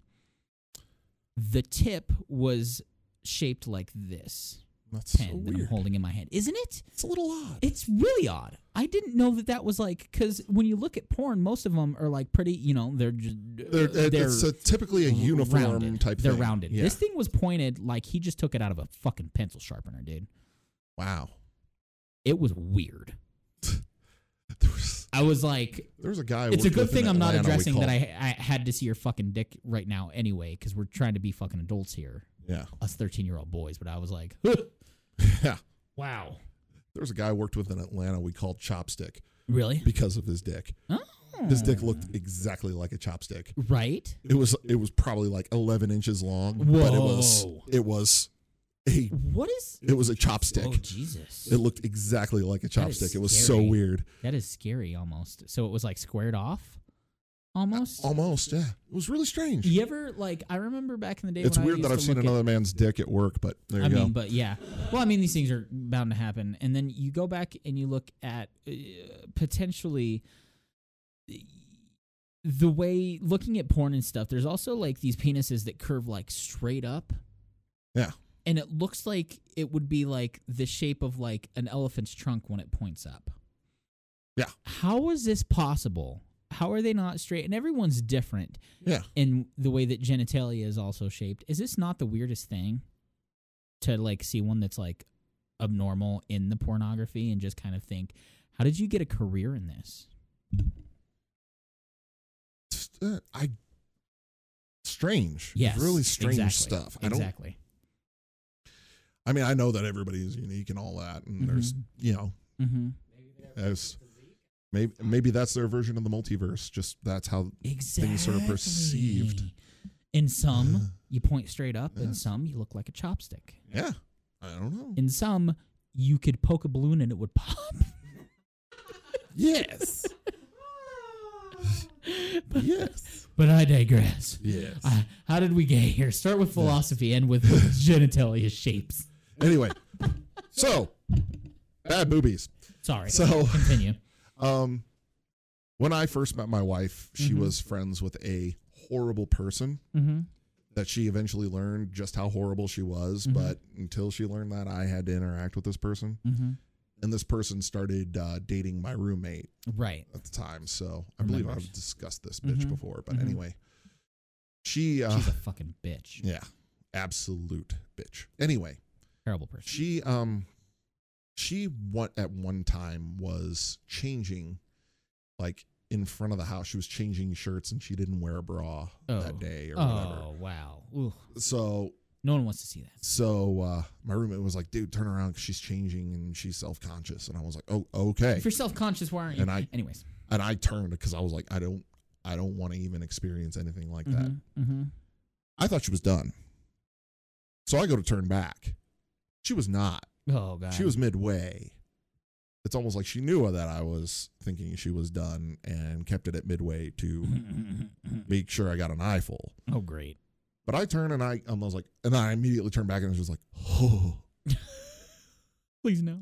S2: The tip was shaped like this
S3: that's
S2: pen
S3: so
S2: that I'm
S3: weird.
S2: holding in my hand, isn't it?
S3: It's a little odd.
S2: It's really odd. I didn't know that that was like because when you look at porn, most of them are like pretty. You know, they're just
S3: They're, uh, it's a, typically a uniform
S2: rounded.
S3: type
S2: They're
S3: thing.
S2: rounded.
S3: Yeah.
S2: This thing was pointed like he just took it out of a fucking pencil sharpener, dude.
S3: wow. (laughs)
S2: It was weird.
S3: There was,
S2: I was like,
S3: there was a guy. I
S2: it's a
S3: worked
S2: good
S3: with in
S2: thing I'm not
S3: Atlanta we
S2: addressing that
S3: called-
S2: I, I had to see your fucking dick right now anyway because we're trying to be fucking adults here,
S3: (laughs) Yeah.
S2: us 13 year old boys. But I was like, (laughs)
S3: Yeah.
S2: wow,
S3: There was a guy I worked with in Atlanta we called Chopstick
S2: really?
S3: because of his dick.
S2: Oh.
S3: His dick looked exactly like a chopstick.
S2: right.
S3: It was it was probably like eleven inches long, but it was
S2: Whoa.
S3: it was a
S2: What is?
S3: it was a chopstick.
S2: Oh Jesus!
S3: It looked exactly like a
S2: That is
S3: chopstick. It was so
S2: scary.
S3: weird.
S2: That is scary almost. So it was like squared off,
S3: Uh,
S2: almost.
S3: Almost, yeah. It was really strange.
S2: You ever like? I remember back in the day.
S3: it's
S2: when I
S3: weird
S2: used
S3: that
S2: to
S3: I've seen
S2: look
S3: another man's dick at work, but there
S2: At,
S3: you
S2: I
S3: go.
S2: mean, but yeah. Well, I mean, these things are bound to happen. And then you go back and you look at uh, potentially the way looking at porn and stuff. There's also like these penises that curve like straight up.
S3: Yeah.
S2: And it looks like it would be like the shape of like an elephant's trunk when it points up.
S3: Yeah.
S2: How is this possible? How are they not straight? And everyone's different
S3: yeah.
S2: and the way that genitalia is also shaped is this not the weirdest thing to like see one that's like abnormal in the pornography and just kind of think how did you get a career in this
S3: Just, uh, I strange. It's
S2: yes
S3: Really strange
S2: exactly,
S3: stuff. I don't
S2: exactly
S3: I mean, I know that everybody is unique and all that, and there's
S2: Mhm.
S3: you know,
S2: Mm-hmm.
S3: as maybe maybe that's their version of the multiverse. Just that's how
S2: Exactly.
S3: sort of perceived.
S2: In some,
S3: Yeah.
S2: you point straight up.
S3: Yeah.
S2: In some, you look like a chopstick.
S3: Yeah, I don't know.
S2: In some, you could poke a balloon and it would pop. (laughs)
S3: Yes,
S2: (laughs)
S3: yes,
S2: But I digress.
S3: yes.
S2: I, how did we get here? Start with philosophy, end
S3: (laughs)
S2: with genitalia shapes.
S3: Anyway, so bad boobies.
S2: Sorry.
S3: So (laughs)
S2: Continue.
S3: um, when I first met my wife, she
S2: Mhm.
S3: was friends with a horrible person
S2: Mm-hmm.
S3: that she eventually learned just how horrible she was.
S2: Mhm.
S3: But until she learned that, I had to interact with this person.
S2: Mm-hmm.
S3: And this person started uh, dating my roommate
S2: Right.
S3: at the time. So I believe
S2: Remembers.
S3: I've discussed this bitch
S2: Mhm.
S3: before. But
S2: Mhm.
S3: anyway, she, uh,
S2: She's a fucking bitch.
S3: (laughs) yeah, absolute bitch. Anyway,
S2: Terrible person.
S3: she um she what at one time was changing like in front of the house she was changing shirts and she didn't wear a bra
S2: Oh.
S3: that day or whatever
S2: Oh wow. Ooh.
S3: so
S2: No one wants to see that.
S3: so uh my roommate was like dude turn around 'cause she's changing and she's self-conscious and i was like oh okay
S2: If you're self conscious, why aren't you?
S3: And I-
S2: Anyways.
S3: and i turned because i was like i don't i don't want to even experience anything like that
S2: Mm-hmm.
S3: i thought she was done so i go to turn back she was not
S2: Oh god.
S3: she
S2: (laughs)
S3: was midway. It's almost like she knew that I was thinking she was done and kept it at midway to
S2: Mm-hmm.
S3: make sure I got an eyeful.
S2: oh
S3: (laughs)
S2: great.
S3: But I turn and I, I was like, and I immediately turned back and was just like, oh,
S2: Please no.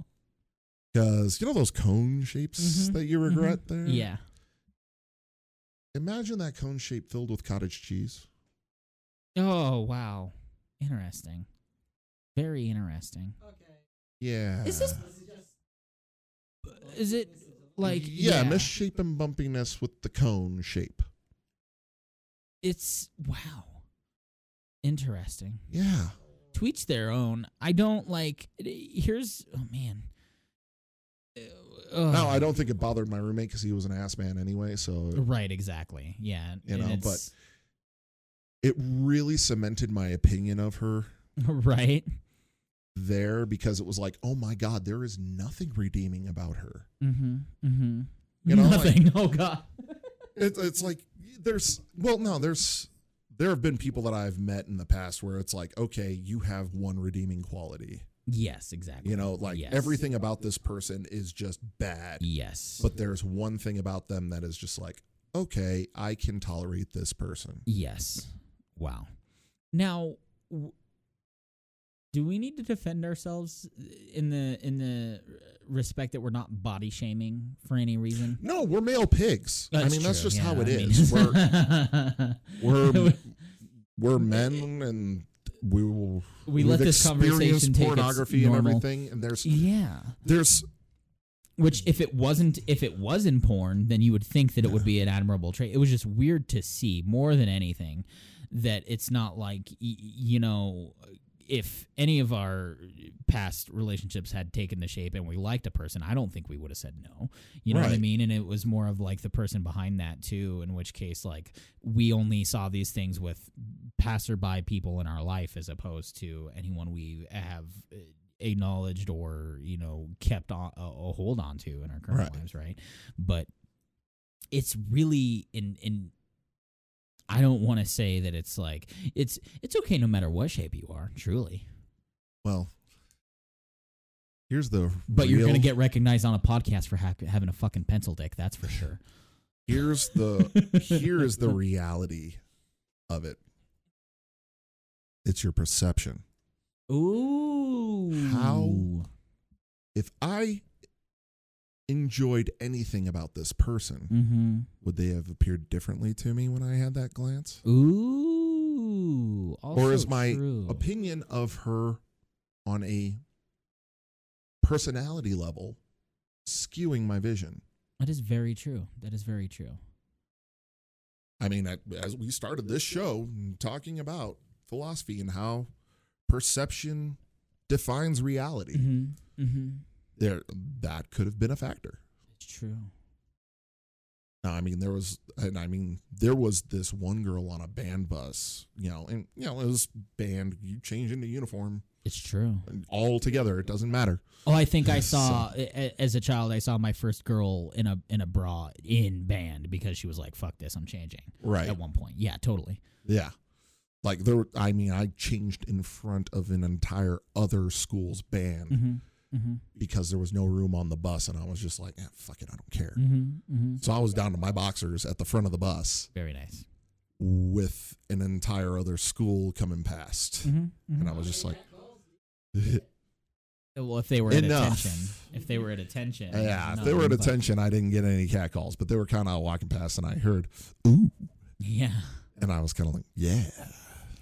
S3: because you know those cone shapes
S2: Mhm,
S3: that you regret there.
S2: Yeah.
S3: Imagine that cone shape filled with cottage cheese.
S2: Oh wow. Interesting. Very interesting.
S3: Yeah.
S2: Is this? Is it like?
S3: yeah, misshapen bumpiness with the cone shape.
S2: It's wow. Interesting.
S3: Yeah.
S2: To each their own. I don't like. Here's oh man. Uh,
S3: Now I don't think it bothered my roommate because he was an ass man anyway. So
S2: Right. Exactly. Yeah.
S3: You
S2: and
S3: know,
S2: it's-
S3: it really cemented my opinion of her
S2: (laughs) right.
S3: there because it was like, oh my God, there is nothing redeeming about her.
S2: Mm-hmm. Mm-hmm.
S3: You know, like-
S2: Nothing. (laughs) oh god.
S3: It, it's like there's well, no, there's there have been people that I've met in the past where it's like, okay, you have one redeeming quality.
S2: Yes. Exactly.
S3: You know, like
S2: Yes.
S3: everything about this person is just bad,
S2: Yes.
S3: but there's one thing about them that is just like, okay, I can tolerate this person.
S2: Yes. Wow. Now, w- do we need to defend ourselves in the in the respect that we're not body shaming for any reason?
S3: No, we're male pigs. I mean, that's
S2: true,
S3: just
S2: yeah,
S3: how it
S2: I mean- (laughs)
S3: is. We're we're we're men and we will
S2: we
S3: we've
S2: let this
S3: experienced
S2: conversation take its
S3: pornography and
S2: normal- E-
S3: everything and there's
S2: Yeah.
S3: there's
S2: Which, if it wasn't, if it was in porn, then you would think that it would be an admirable trait. It was just weird to see more than anything that it's not like y- y- you know, if any of our past relationships had taken the shape and we liked a person, I don't think we would have said no. You know what I
S3: Right.
S2: mean? And it was more of like the person behind that too. In which case, like we only saw these things with passerby people in our life as opposed to anyone we have uh, acknowledged or you know kept on a, a hold on to in our current
S3: Right.
S2: lives right but it's really in in i don't want to say that it's like it's it's okay no matter what shape you are truly
S3: well here's the
S2: but you're
S3: real-
S2: gonna get recognized on a podcast for hack having a fucking pencil dick that's for sure (laughs)
S3: here's the here is the reality of it it's your perception
S2: ooh
S3: How? if i enjoyed anything about this person
S2: mm-hmm
S3: would they have appeared differently to me when i had that glance
S2: Ooh.
S3: or is
S2: also
S3: my
S2: true.
S3: opinion of her on a personality level skewing my vision?
S2: That is very true. That is very true.
S3: I mean, I- as we started this show mm, talking about philosophy and how perception defines reality,
S2: Mm-hmm. Mm-hmm.
S3: there that could have been a factor.
S2: It's true.
S3: Now, I mean, there was, and I mean, there was this one girl on a band bus, you know, and you know, it was band. You change into uniform,
S2: It's true.
S3: all together. It doesn't matter.
S2: Oh, I think I saw a- a- as a child. I saw my first girl in a in a bra in band because she was like, "Fuck this, I'm changing."
S3: Right.
S2: At one point, yeah, totally.
S3: Yeah. Like there were- I mean, I changed in front of an entire other school's band
S2: Mm-hmm. Mm-hmm.
S3: because there was no room on the bus and I was just like, eh, fuck it, I don't care.
S2: Mm-hmm. Mm-hmm.
S3: So I was down to my boxers at the front of the bus
S2: Very nice.
S3: with an entire other school coming past.
S2: Mm-hmm. Mm-hmm.
S3: And I was just like
S2: Well, if they were at
S3: Enough.
S2: attention, if they were at attention,
S3: Yeah, if
S2: no,
S3: they were at
S2: but-
S3: attention, I didn't get any cat calls, but they were kinda walking past and I heard, ooh.
S2: (laughs) yeah,
S3: And I was kinda like, Yeah,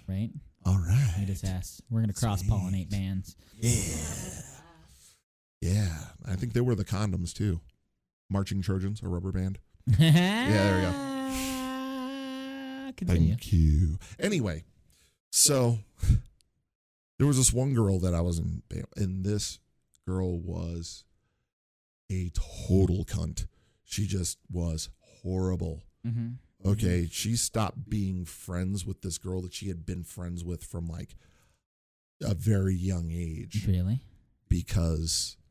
S2: right.
S3: all
S2: I
S3: right.
S2: just asked. We're gonna cross pollinate bands. (laughs)
S3: Yeah. Yeah. I think they were the condoms too. Marching Trojans, a rubber band.
S2: yeah, there we go. Continue.
S3: Thank you. Anyway, so there was this one girl that I was in, band- and this girl was a total cunt. She just was horrible.
S2: Mm-hmm.
S3: Okay, she stopped being friends with this girl that she had been friends with from like a very young age
S2: Really?
S3: because (sighs)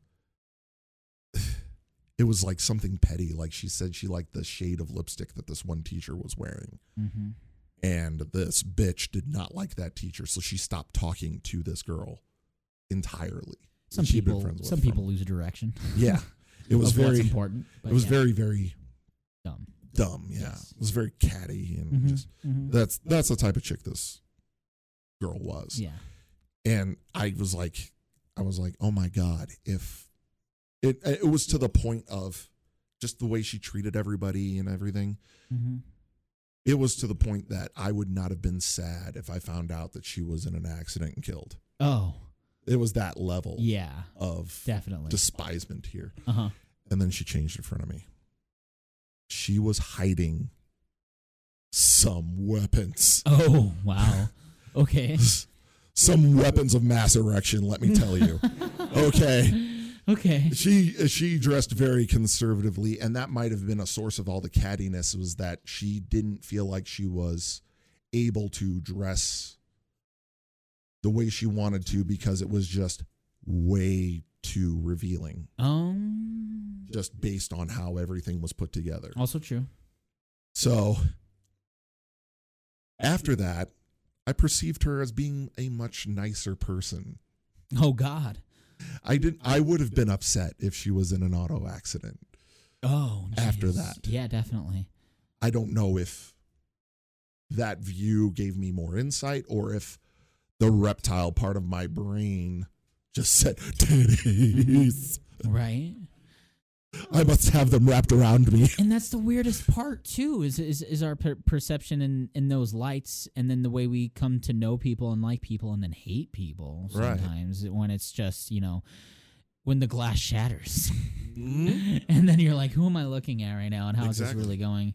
S3: it was like something petty. Like she said, she liked the shade of lipstick that this one teacher was wearing.
S2: Mm-hmm.
S3: And this bitch did not like that teacher, so she stopped talking to this girl entirely.
S2: Some
S3: She'd been
S2: people,
S3: friends with
S2: some
S3: from-
S2: people lose direction.
S3: (laughs) Yeah, it was
S2: of what's
S3: very, it
S2: important. but
S3: was
S2: yeah,
S3: very, very
S2: dumb.
S3: dumb. Yeah,
S2: Yes.
S3: it was very catty and
S2: Mhm,
S3: just
S2: mhm.
S3: that's that's the type of chick this girl was.
S2: yeah.
S3: and I was like, I was like, oh my god, if it it was to the point of just the way she treated everybody and everything.
S2: Mm-hmm.
S3: It was to the point that I would not have been sad if I found out that she was in an accident and killed.
S2: Oh,
S3: It was that level
S2: yeah,
S3: of
S2: definitely.
S3: despisement here.
S2: uh huh.
S3: And then she changed in front of me. She was hiding some weapons.
S2: (laughs)
S3: (laughs)
S2: Oh wow. (laughs) Okay.
S3: some weapons of mass erection, let me tell
S2: (laughs)
S3: you. okay.
S2: Okay.
S3: she she dressed very conservatively and that might have been a source of all the cattiness was that she didn't feel like she was able to dress the way she wanted to because it was just way too revealing
S2: Um.
S3: just based on how everything was put together
S2: Also true.
S3: so after that i perceived her as being a much nicer person
S2: Oh God.
S3: i didn't i would have been upset if she was in an auto accident
S2: Oh. jeez.
S3: After that.
S2: Yeah, definitely.
S3: I don't know if that view gave me more insight or if the reptile part of my brain just said, titties.
S2: Right.
S3: I must have them wrapped around me. (laughs)
S2: And that's the weirdest part too is is, is our per- perception in in those lights, and then the way we come to know people and like people, and then hate people
S3: Right.
S2: sometimes when it's just you know when the glass shatters, (laughs) and then you're like, who am I looking at right now, and how is
S3: Mm-hmm. Exactly.
S2: this really going?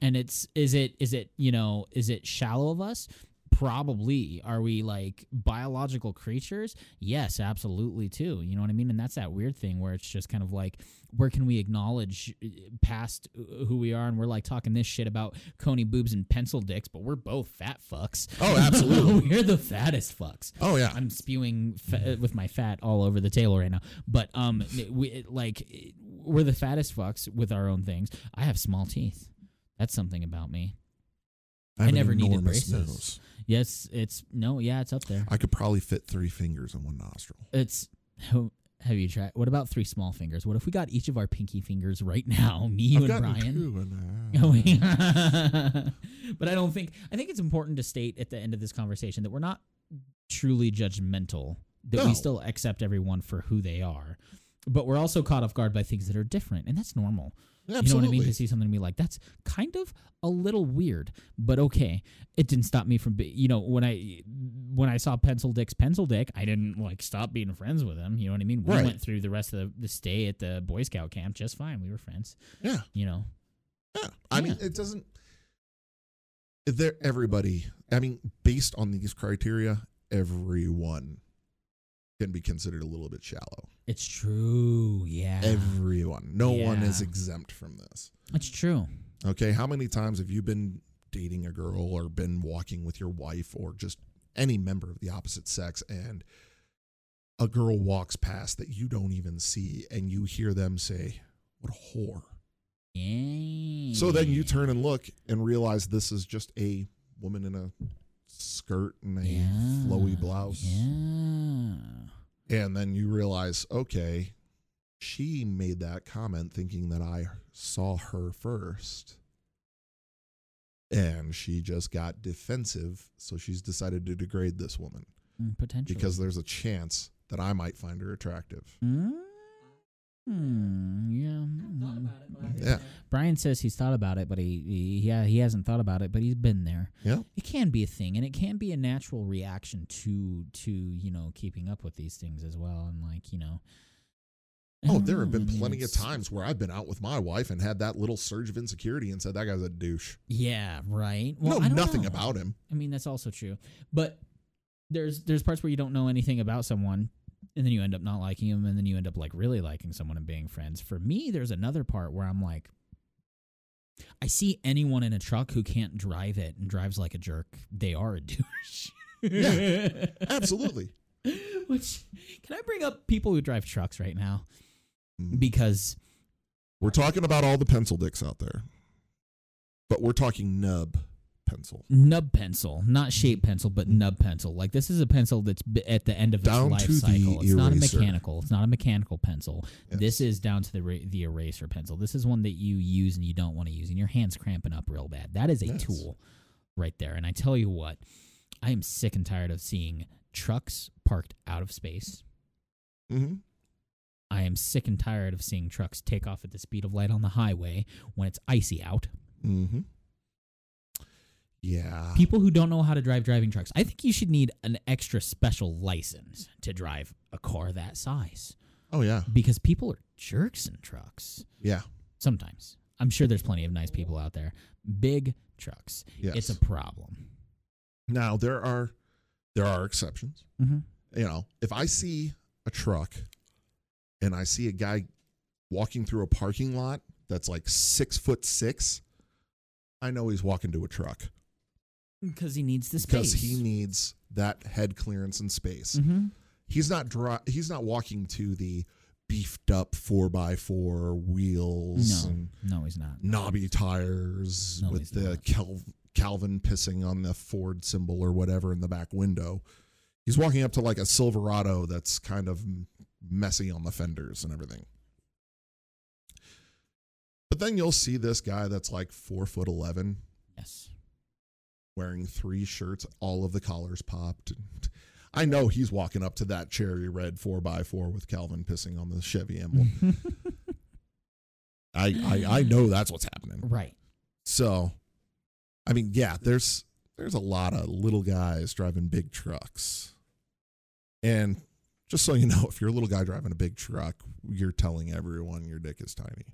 S2: And it's is it is it you know is it shallow of us? Probably. Are we like biological creatures? Yes, absolutely too. You know what I mean? And that's that weird thing where it's just kind of like where can we acknowledge uh, past uh, who we are and we're like talking this shit about coney boobs and pencil dicks but we're both fat fucks
S3: Oh, absolutely.
S2: (laughs) we're the fattest fucks
S3: Oh, yeah.
S2: i'm spewing fa- uh, with my fat all over the table right now but um n- we it- like it- we're the fattest fucks with our own things i have small teeth that's something about me
S3: I, have
S2: I never
S3: an
S2: needed
S3: enormous
S2: braces.
S3: nose.
S2: yes it's no yeah it's up there
S3: I could probably fit three fingers in one nostril.
S2: it's have you tried what about three small fingers what if we got each of our pinky fingers right now (laughs) me you
S3: I've
S2: and
S3: gotten
S2: brian
S3: two
S2: (laughs)
S3: and a half.
S2: Going. but I don't think I think it's important to state at the end of this conversation that we're not truly judgmental. That
S3: No.
S2: we still accept everyone for who they are. But we're also caught off guard by things that are different, and that's normal. You know what I mean?
S3: Absolutely.
S2: To see something and be like, that's kind of a little weird, but okay. It didn't stop me from, be, you know, when I when I saw Pencil Dick's Pencil Dick, I didn't like stop being friends with him. You know what I mean? We
S3: Right.
S2: went through the rest of the, the stay at the Boy Scout camp just fine. We were friends.
S3: Yeah.
S2: You know,
S3: Yeah. I mean,
S2: Yeah.
S3: it doesn't. They're everybody. I mean, based on these criteria, everyone can be considered a little bit shallow.
S2: It's true. Yeah.
S3: Everyone. No one is
S2: Yeah.
S3: exempt from this.
S2: That's true.
S3: Okay. How many times have you been dating a girl or been walking with your wife or just any member of the opposite sex and a girl walks past that you don't even see and you hear them say, What a whore.
S2: Yeah.
S3: So then
S2: Mm.
S3: you turn and look and realize this is just a woman in a skirt and a flowy blouse.
S2: Yeah.
S3: And then you realize, okay, she made that comment thinking that I saw her first. And she just got defensive. So she's decided to degrade this woman
S2: Mm, Potentially.
S3: because there's a chance that I might find her attractive.
S2: Mm, hmm, yeah. mm.
S3: Yeah.
S2: Brian says he's thought about it, but he, he yeah he hasn't thought about it, but he's been there.
S3: Yeah.
S2: It can be a thing, and it can be a natural reaction to to you know keeping up with these things as well, and like you know. I
S3: Oh,
S2: don't
S3: there have
S2: know, I
S3: been
S2: mean,
S3: plenty of
S2: it's-
S3: times where I've been out with my wife and had that little surge of insecurity and said, that guy's a douche.
S2: Yeah, right. Well,
S3: know
S2: I don't
S3: nothing
S2: know. (laughs)
S3: about him.
S2: I mean, that's also true. But there's there's parts where you don't know anything about someone, and then you end up not liking them, and then you end up like really liking someone and being friends. For me, there's another part where I'm like, I see anyone in a truck who can't drive it and drives like a jerk, they are a (laughs) douche.
S3: Yeah, Absolutely.
S2: (laughs) Which can I bring up people who drive trucks right now?
S3: Mm.
S2: Because
S3: We're talking about all the pencil dicks out there, but we're talking nub pencil.
S2: nub pencil, not shape pencil, but nub pencil. Like this is a pencil that's b- at the end of its
S3: Down
S2: life
S3: to the
S2: cycle. It's not a
S3: eraser.
S2: mechanical. It's not a mechanical pencil.
S3: Yes.
S2: This is down to the ra- the eraser pencil. This is one that you use and you don't want to use, and your hands cramping up real bad. That is a
S3: Yes.
S2: tool, right there. And I tell you what, I am sick and tired of seeing trucks parked out of space.
S3: Mm-hmm.
S2: I am sick and tired of seeing trucks take off at the speed of light on the highway when it's icy out.
S3: Mm-hmm. Yeah.
S2: People who don't know how to drive driving trucks, I think you should need an extra special license to drive a car that size
S3: Oh yeah.
S2: because people are jerks in trucks.
S3: Yeah.
S2: Sometimes. I'm sure there's plenty of nice people out there. Big trucks.
S3: Yes.
S2: It's a problem.
S3: now there are there are exceptions.
S2: Mm-hmm.
S3: You know, if I see a truck and I see a guy walking through a parking lot that's like six foot six, I know he's walking to a truck
S2: Because he needs the
S3: because
S2: space.
S3: he needs that head clearance and space.
S2: hmm
S3: he's not dry, he's not walking to the beefed up four by four wheels
S2: No,
S3: and
S2: no, he's not.
S3: knobby tires
S2: No,
S3: with
S2: he's
S3: the
S2: not.
S3: Cal- Calvin pissing on the Ford symbol or whatever in the back window. He's walking up to like a Silverado that's kind of messy on the fenders and everything. But then you'll see this guy that's like four foot eleven,
S2: Yes.
S3: wearing three shirts, all of the collars popped. I know he's walking up to that cherry red 4x4 with Calvin pissing on the Chevy emblem. I, I, I know that's what's happening.
S2: (laughs) right.
S3: So, I mean, yeah, there's there's a lot of little guys driving big trucks. And just so you know, if you're a little guy driving a big truck, you're telling everyone your dick is tiny.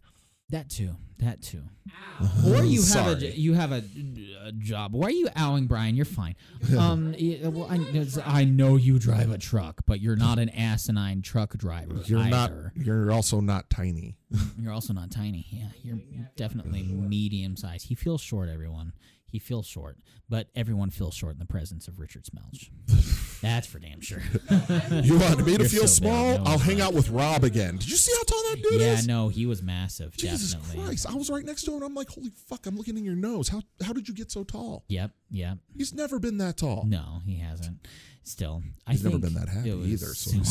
S2: That too. That too. Or you have a
S3: Sorry.
S2: you have a, a job. Why are you owing Brian? You're
S3: (laughs)
S2: fine. Um, yeah, well, I, it's- I know you drive a truck, but you're not an asinine truck driver.
S3: You're
S2: either.
S3: not you're also
S2: (laughs)
S3: not tiny.
S2: You're also not tiny. Yeah, you're definitely medium sized. He feels short. Everyone. He feels short, but everyone feels short in the presence of Richard Smelch. That's for damn sure.
S3: You want me to
S2: You're
S3: feel
S2: so
S3: small?
S2: bad. No,
S3: I'll
S2: it's
S3: hang
S2: not.
S3: out with Rob again. Did you see how tall that (laughs) dude
S2: yeah,
S3: is?
S2: no, he was massive.
S3: Jesus
S2: definitely.
S3: Christ. I was right next to him and I'm like, holy fuck, I'm looking in your nose. How how did you get so tall?
S2: Yep. Yep.
S3: He's never been that tall.
S2: No, he hasn't. Still, I
S3: He's never
S2: think
S3: been that happy
S2: it was-
S3: either. So he's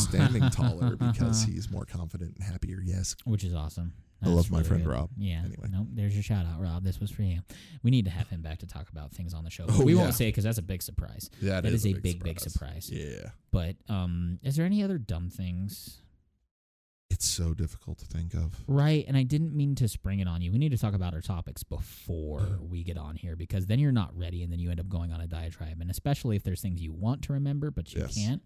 S2: (laughs)
S3: standing taller because he's more confident and happier. Yes.
S2: which is awesome.
S3: I love
S2: That's
S3: my friend
S2: good.
S3: Rob.
S2: Yeah.
S3: Anyway.
S2: Nope. There's your shout out, Rob. This was for you. We need to have him back to talk about things on the show. but
S3: Oh,
S2: we
S3: yeah.
S2: won't say because that's a big surprise. that is, a big, big surprise.
S3: Yeah.
S2: But um, is there any other dumb things?
S3: It's so difficult to think of.
S2: Right. And I didn't mean to spring it on you. We need to talk about our topics
S3: (sighs)
S2: before we get on here because then you're not ready and then you end up going on a diatribe. And especially if there's things you want to remember but you
S3: Yes.
S2: can't.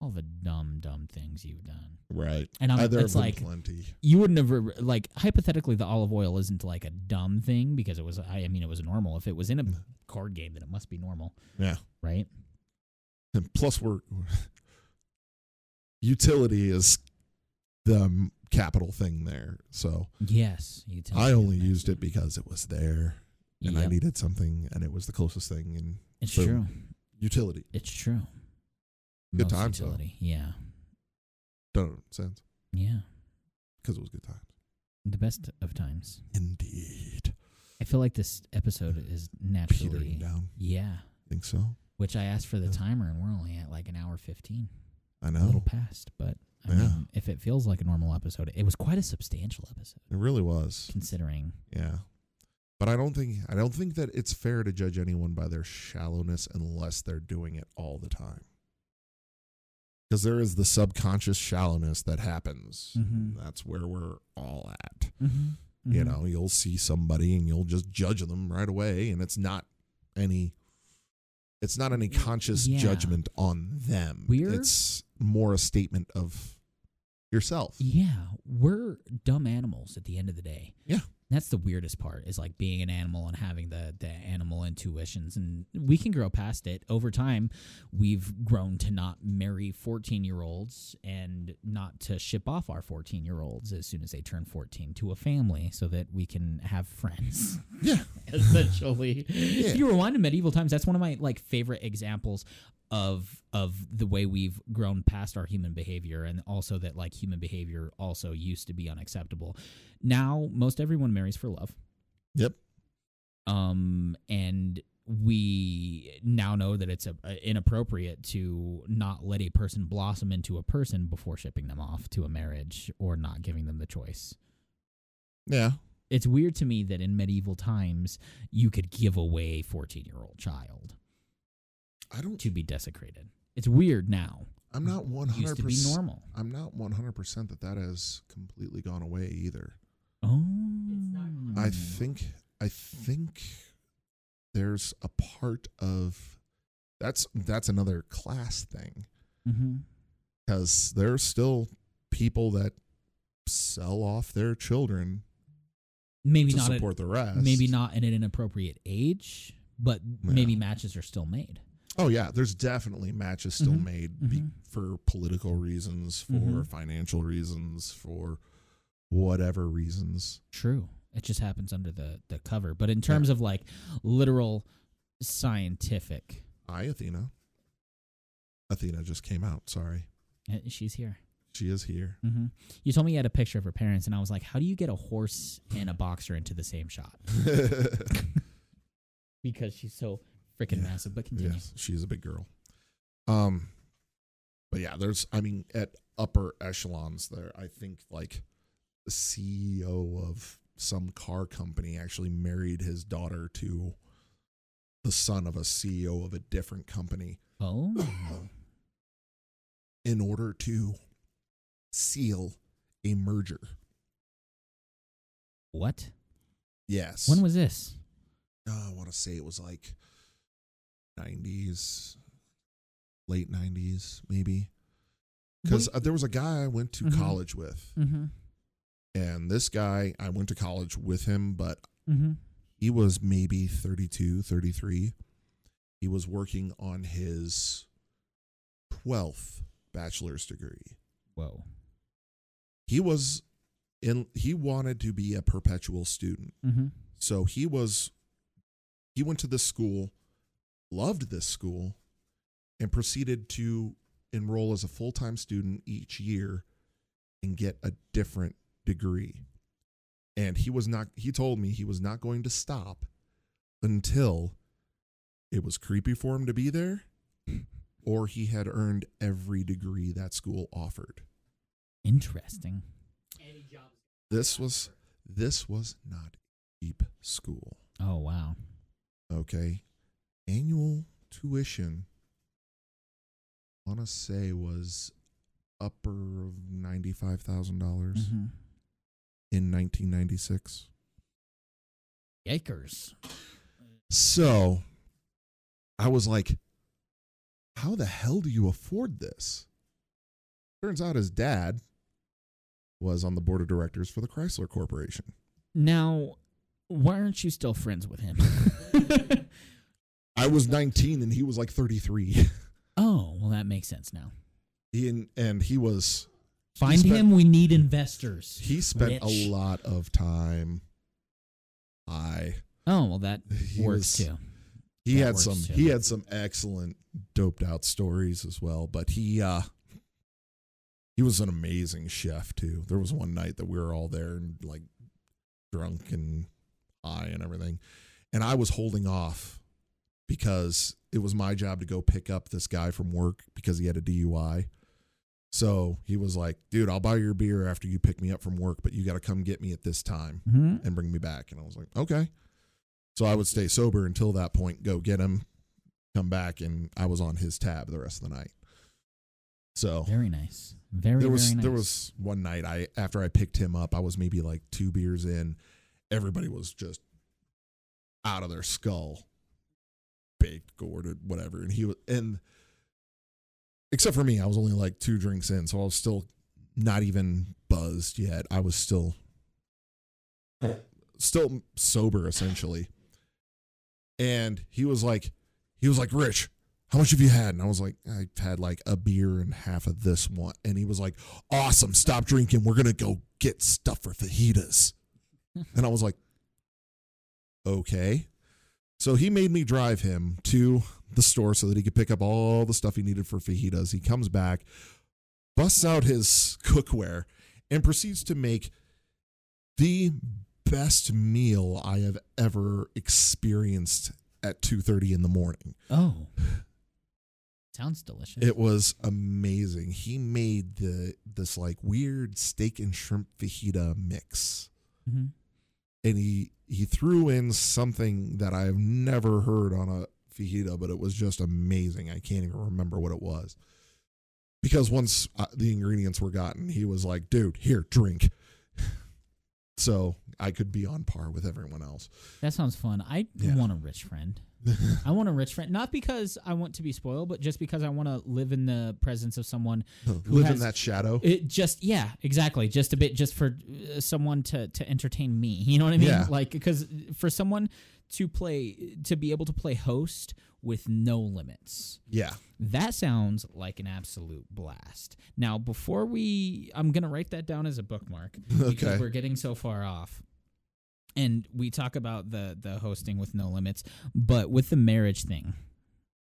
S2: All the dumb, dumb things you've done.
S3: Right.
S2: And I'm,
S3: Either
S2: Um, it's
S3: of them
S2: like
S3: plenty.
S2: you wouldn't have re- like hypothetically the olive oil isn't like a dumb thing because it was I, I mean it was normal if it was in
S3: Mm-hmm.
S2: a card game then it must be normal
S3: Yeah.
S2: right
S3: And plus we're utility is the capital thing there. So
S2: yes you tell
S3: I
S2: me
S3: only
S2: that.
S3: used it because it was there and I
S2: Yep.
S3: needed something and it was the closest thing in
S2: it's
S3: boom.
S2: true
S3: utility.
S2: it's true
S3: Good
S2: Most
S3: times, though.
S2: utility yeah
S3: Doesn't make sense
S2: Yeah.
S3: because it was good times.
S2: The best of times.
S3: Indeed.
S2: I feel like this episode is
S3: Petering
S2: naturally.
S3: down.
S2: Yeah.
S3: Think so?
S2: Which I asked for the
S3: Yeah.
S2: timer, and we're only at like an hour 15.
S3: I
S2: A little
S3: know.
S2: past, but I
S3: Yeah.
S2: mean, if it feels like a normal episode, it was quite a substantial episode
S3: It really was.
S2: considering.
S3: Yeah. But I don't think I don't think that it's fair to judge anyone by their shallowness unless they're doing it all the time. Because there is the subconscious shallowness that happens.
S2: Mhm.
S3: That's where we're all at. you
S2: Mm-hmm.
S3: know you'll see somebody and you'll just judge them right away and it's not any it's not any
S2: Y-
S3: conscious
S2: yeah.
S3: judgment on them
S2: We're-
S3: it's more a statement of yourself
S2: Yeah, we're dumb animals at the end of the day.
S3: Yeah.
S2: That's the weirdest part is like being an animal and having the the animal intuitions and we can grow past it. Over time, we've grown to not marry 14-year-olds and not to ship off our 14-year-olds as soon as they turn 14 to a family so that we can have friends.
S3: yeah
S2: (laughs) essentially. If you rewind to medieval times, that's one of my like favorite examples of of the way we've grown past our human behavior and also that like human behavior also used to be unacceptable. Now most everyone marries for love.
S3: Yep.
S2: Um and we now know that it's a, inappropriate to not let a person blossom into a person before shipping them off to a marriage or not giving them the choice
S3: yeah
S2: it's weird to me that in medieval times you could give away 14 year old child
S3: i don't
S2: to be desecrated it's weird now
S3: i'm not
S2: it used to be
S3: 100%
S2: normal
S3: i'm not 100% that that has completely gone away either
S2: oh Mm-hmm.
S3: i think i think there's a part of that's that's another class thing
S2: mm-hmm.
S3: because there's still people that sell off their children
S2: maybe
S3: to
S2: not at,
S3: support the rest.
S2: maybe not at an inappropriate age but
S3: Yeah.
S2: maybe matches are still made
S3: Oh yeah, there's definitely matches still
S2: Mhm,
S3: made be-
S2: mhm.
S3: for political reasons, for
S2: Mhm.
S3: financial reasons, for whatever reasons.
S2: true it just happens under the the cover but in terms of like literal scientific
S3: I Athena. Athena just came out. Sorry,
S2: eh, she's here
S3: she is here. (laughs)
S2: hmm you told me you had a picture of her parents and i was like how do you get a horse and a boxer into the same shot because she's so freaking
S3: Yeah.
S2: massive. But continue.
S3: yes, she is a big girl. Um, but yeah, there's. I mean, at upper echelons, there. I think like the CEO of some car company actually married his daughter to the son of a CEO of a different company
S2: Oh,
S3: in order to seal a merger.
S2: what?
S3: Yes.
S2: When was this?
S3: uh, I want to say it was like 90s, late 90s, maybe. Because
S2: Wait.
S3: uh, there was a guy I went to
S2: Mhm.
S3: college with,
S2: Mm-hmm.
S3: and this guy, I went to college with him, but
S2: Mm-hmm.
S3: he was maybe 32, 33. He was working on his 12th bachelor's degree.
S2: Whoa.
S3: He was in, he wanted to be a perpetual student.
S2: Mm-hmm.
S3: So he was, he went to this school, loved this school, and proceeded to enroll as a full time student each year and get a different degree. And he was not, he told me he was not going to stop until it was creepy for him to be there or he had earned every degree that school offered.
S2: Interesting.
S3: This was, this was not cheap school.
S2: Oh wow.
S3: okay annual tuition i want to say was upper of $95000 dollars
S2: Mm-hmm.
S3: in 1996
S2: Yikers.
S3: so i was like how the hell do you afford this turns out his dad was on the board of directors for the chrysler corporation
S2: Now, why aren't you still friends with
S3: (laughs)
S2: him?
S3: i was 19 and he was like 33
S2: oh, well, that makes sense now.
S3: (laughs) he and, and he was
S2: Find
S3: spent-
S2: him. We need investors.
S3: He
S2: Rich.
S3: spent a lot of time. I
S2: Oh well, that
S3: he
S2: works
S3: was-
S2: too.
S3: He
S2: That
S3: had
S2: works
S3: some
S2: too.
S3: he had some excellent doped out stories as well, but he uh He was an amazing chef too. There was one night that we were all there and like drunk and high and everything, and I was holding off because it was my job to go pick up this guy from work because he had a DUI. So he was like, "Dude, I'll buy your beer after you pick me up from work, but you got to come get me at this time."
S2: Mm-hmm.
S3: and bring me back. And I was like, okay. So I would stay sober until that point, go get him, come back, and I was on his tab the rest of the night. So
S2: Very nice. Very
S3: Oh. there was
S2: very nice.
S3: there was one night I after I picked him up, I was maybe like two beers in. Everybody was just out of their skull, baked, gourded, whatever. And he was and except for me, I was only like two drinks in, so I was still not even buzzed yet. I was still still sober essentially. And he was like he was like, Rich, how much have you had? And I was like, I've had like a beer and half of this one. And he was like, Awesome, stop drinking. We're gonna go get stuff for fajitas. and I was like, Okay. So he made me drive him to the store so that he could pick up all the stuff he needed for fajitas. He comes back, busts out his cookware, and proceeds to make the best meal I have ever experienced at 2:30 in the morning. (sighs)
S2: oh, sounds delicious.
S3: It was amazing. He made the this like weird steak and shrimp fajita mix,
S2: hmm
S3: and he he threw in something that I've never heard on a fajita, but it was just amazing. I can't even remember what it was because once uh, the ingredients were gotten, he was like, "Dude, here, drink." (laughs) so I could be on par with everyone else.
S2: That sounds fun. I
S3: Yeah.
S2: want a rich
S3: (laughs)
S2: friend. I want a rich friend, not because I want to be spoiled, but just because I want to live in the presence of someone
S3: Live in
S2: has-
S3: that shadow.
S2: It just yeah, exactly. Just a bit, just for uh, someone to to entertain me. (laughs) You know what I mean?
S3: Yeah.
S2: Like because for someone to play to be able to play host with no limits.
S3: yeah.
S2: That sounds like an absolute blast. Now, before we, I'm going to write that down as a bookmark because
S3: Okay.
S2: we're getting so far off. And we talk about the the hosting with no limits, but with the marriage thing,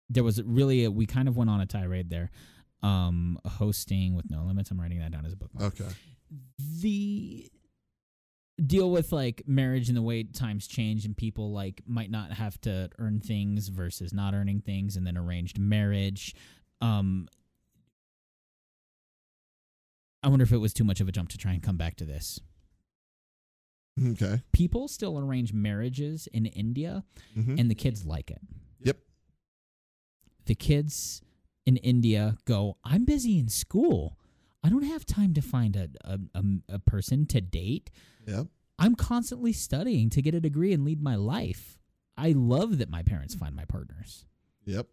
S2: there was really a, we kind of went on a tirade there. Um, hosting with no limits. I'm writing that down as a bookmark
S3: Okay.
S2: (laughs) the deal with like marriage and the way times change and people like might not have to earn things versus not earning things and then arranged marriage um i wonder if it was too much of a jump to try and come back to this
S3: Okay.
S2: people still arrange marriages in india
S3: Mhm.
S2: and the kids like it
S3: Yep.
S2: the kids in India go, I'm busy in school. I don't have time to find a, a, a, a person to date.
S3: Yep.
S2: I'm constantly studying to get a degree and lead my life. I love that my parents find my partners.
S3: Yep.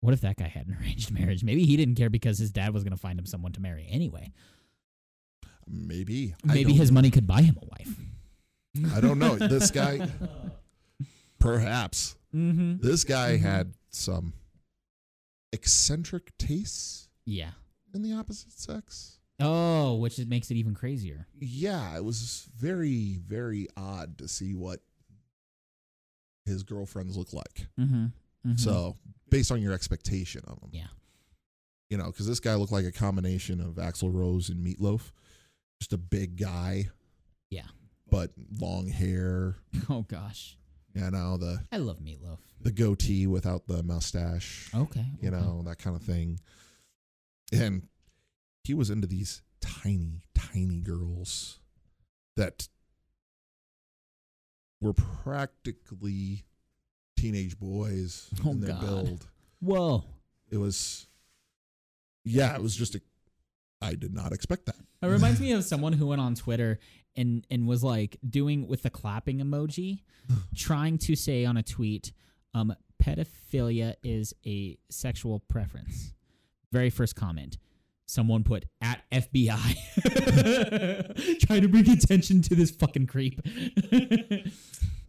S2: What if that guy had an (laughs) arranged marriage? Maybe he didn't care because his dad was going to find him someone to marry anyway.
S3: Maybe. I
S2: Maybe
S3: don't
S2: his money could buy him a wife.
S3: (laughs) I don't know. This guy, perhaps,
S2: (laughs) Mm-hmm.
S3: this guy
S2: Mhm.
S3: had some eccentric tastes
S2: Yeah.
S3: in the opposite sex.
S2: Oh, which it makes it even crazier.
S3: Yeah, it was very, very odd to see what his girlfriends look like.
S2: Mm-hmm. mm-hmm.
S3: So, based on your expectation of them.
S2: Yeah.
S3: You know, because this guy looked like a combination of Axl Rose and Meatloaf. Just a big guy.
S2: Yeah.
S3: But long hair,
S2: (laughs) oh gosh,
S3: you know, the,
S2: I love meatloaf.
S3: the goatee without the mustache.
S2: Okay,
S3: you
S2: okay.
S3: know, that kind of thing. And he was into these tiny, tiny girls that were practically teenage boys
S2: Oh,
S3: in their
S2: God.
S3: build.
S2: Whoa.
S3: It was, yeah, it was just a. I did not expect that.
S2: It reminds me of someone who went on Twitter and and was like doing with the clapping emoji, trying to say on a tweet, um, pedophilia is a sexual preference. Very first comment. Someone put at FBI (laughs) trying to bring attention to this fucking creep. (laughs)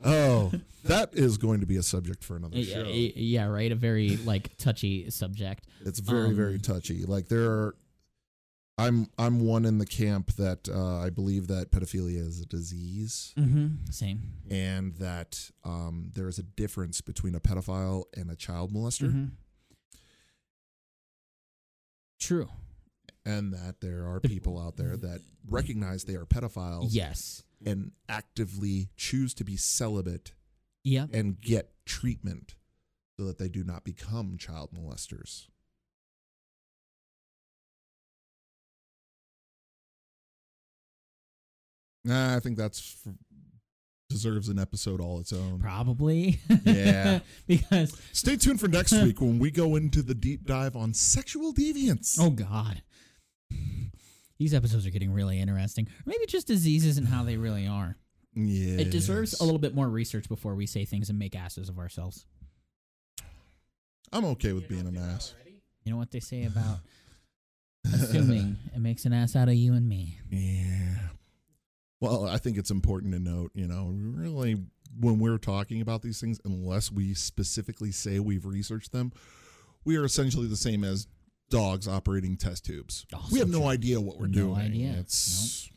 S3: Oh, that is going to be a subject for another
S2: yeah,
S3: show.
S2: yeah, right. A very like touchy subject.
S3: It's very, very
S2: Um,
S3: touchy. Like there are, I'm I'm one in the camp that uh, I believe that pedophilia is a disease.
S2: Mm-hmm. Same.
S3: and that um, there is a difference between a pedophile
S2: Mm-hmm.
S3: and a child molester.
S2: Mhm. True.
S3: and that there are people out there that recognize they are pedophiles
S2: Yes.
S3: and actively choose to be celibate
S2: Yep.
S3: and get treatment so that they do not become child molesters. Nah, I think that's deserves an episode all its own.
S2: Probably.
S3: Yeah.
S2: (laughs) because
S3: Stay tuned
S2: (laughs)
S3: for next week when we go into the deep dive on sexual deviance.
S2: oh god. These episodes are getting really interesting. Or maybe just diseases and how they really are.
S3: yeah.
S2: It deserves a little bit more research before we say things and make asses of ourselves.
S3: I'm okay with being an ass.
S2: You know what they say about assuming it makes an ass out of you and me.
S3: (laughs) Yeah. Well, I think it's important to note, you know, really when we're talking about these things, unless we specifically say we've researched them, we are essentially the same as dogs operating test tubes.
S2: Also
S3: we have no
S2: Oh, true.
S3: idea what we're
S2: No
S3: doing.
S2: idea.
S3: It's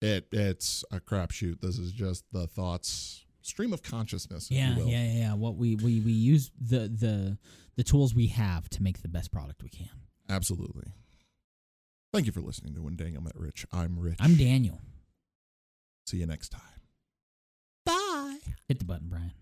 S3: it it's a crapshoot. This is just the thoughts stream of consciousness. If
S2: Yeah,
S3: you will.
S2: yeah, yeah, yeah. What we, we, we use the, the the tools we have to make the best product we can.
S3: Absolutely. Thank you for listening to When Daniel Met Rich. I'm Rich.
S2: I'm Daniel.
S3: See you next time.
S2: Bye. Hit the button, Brian.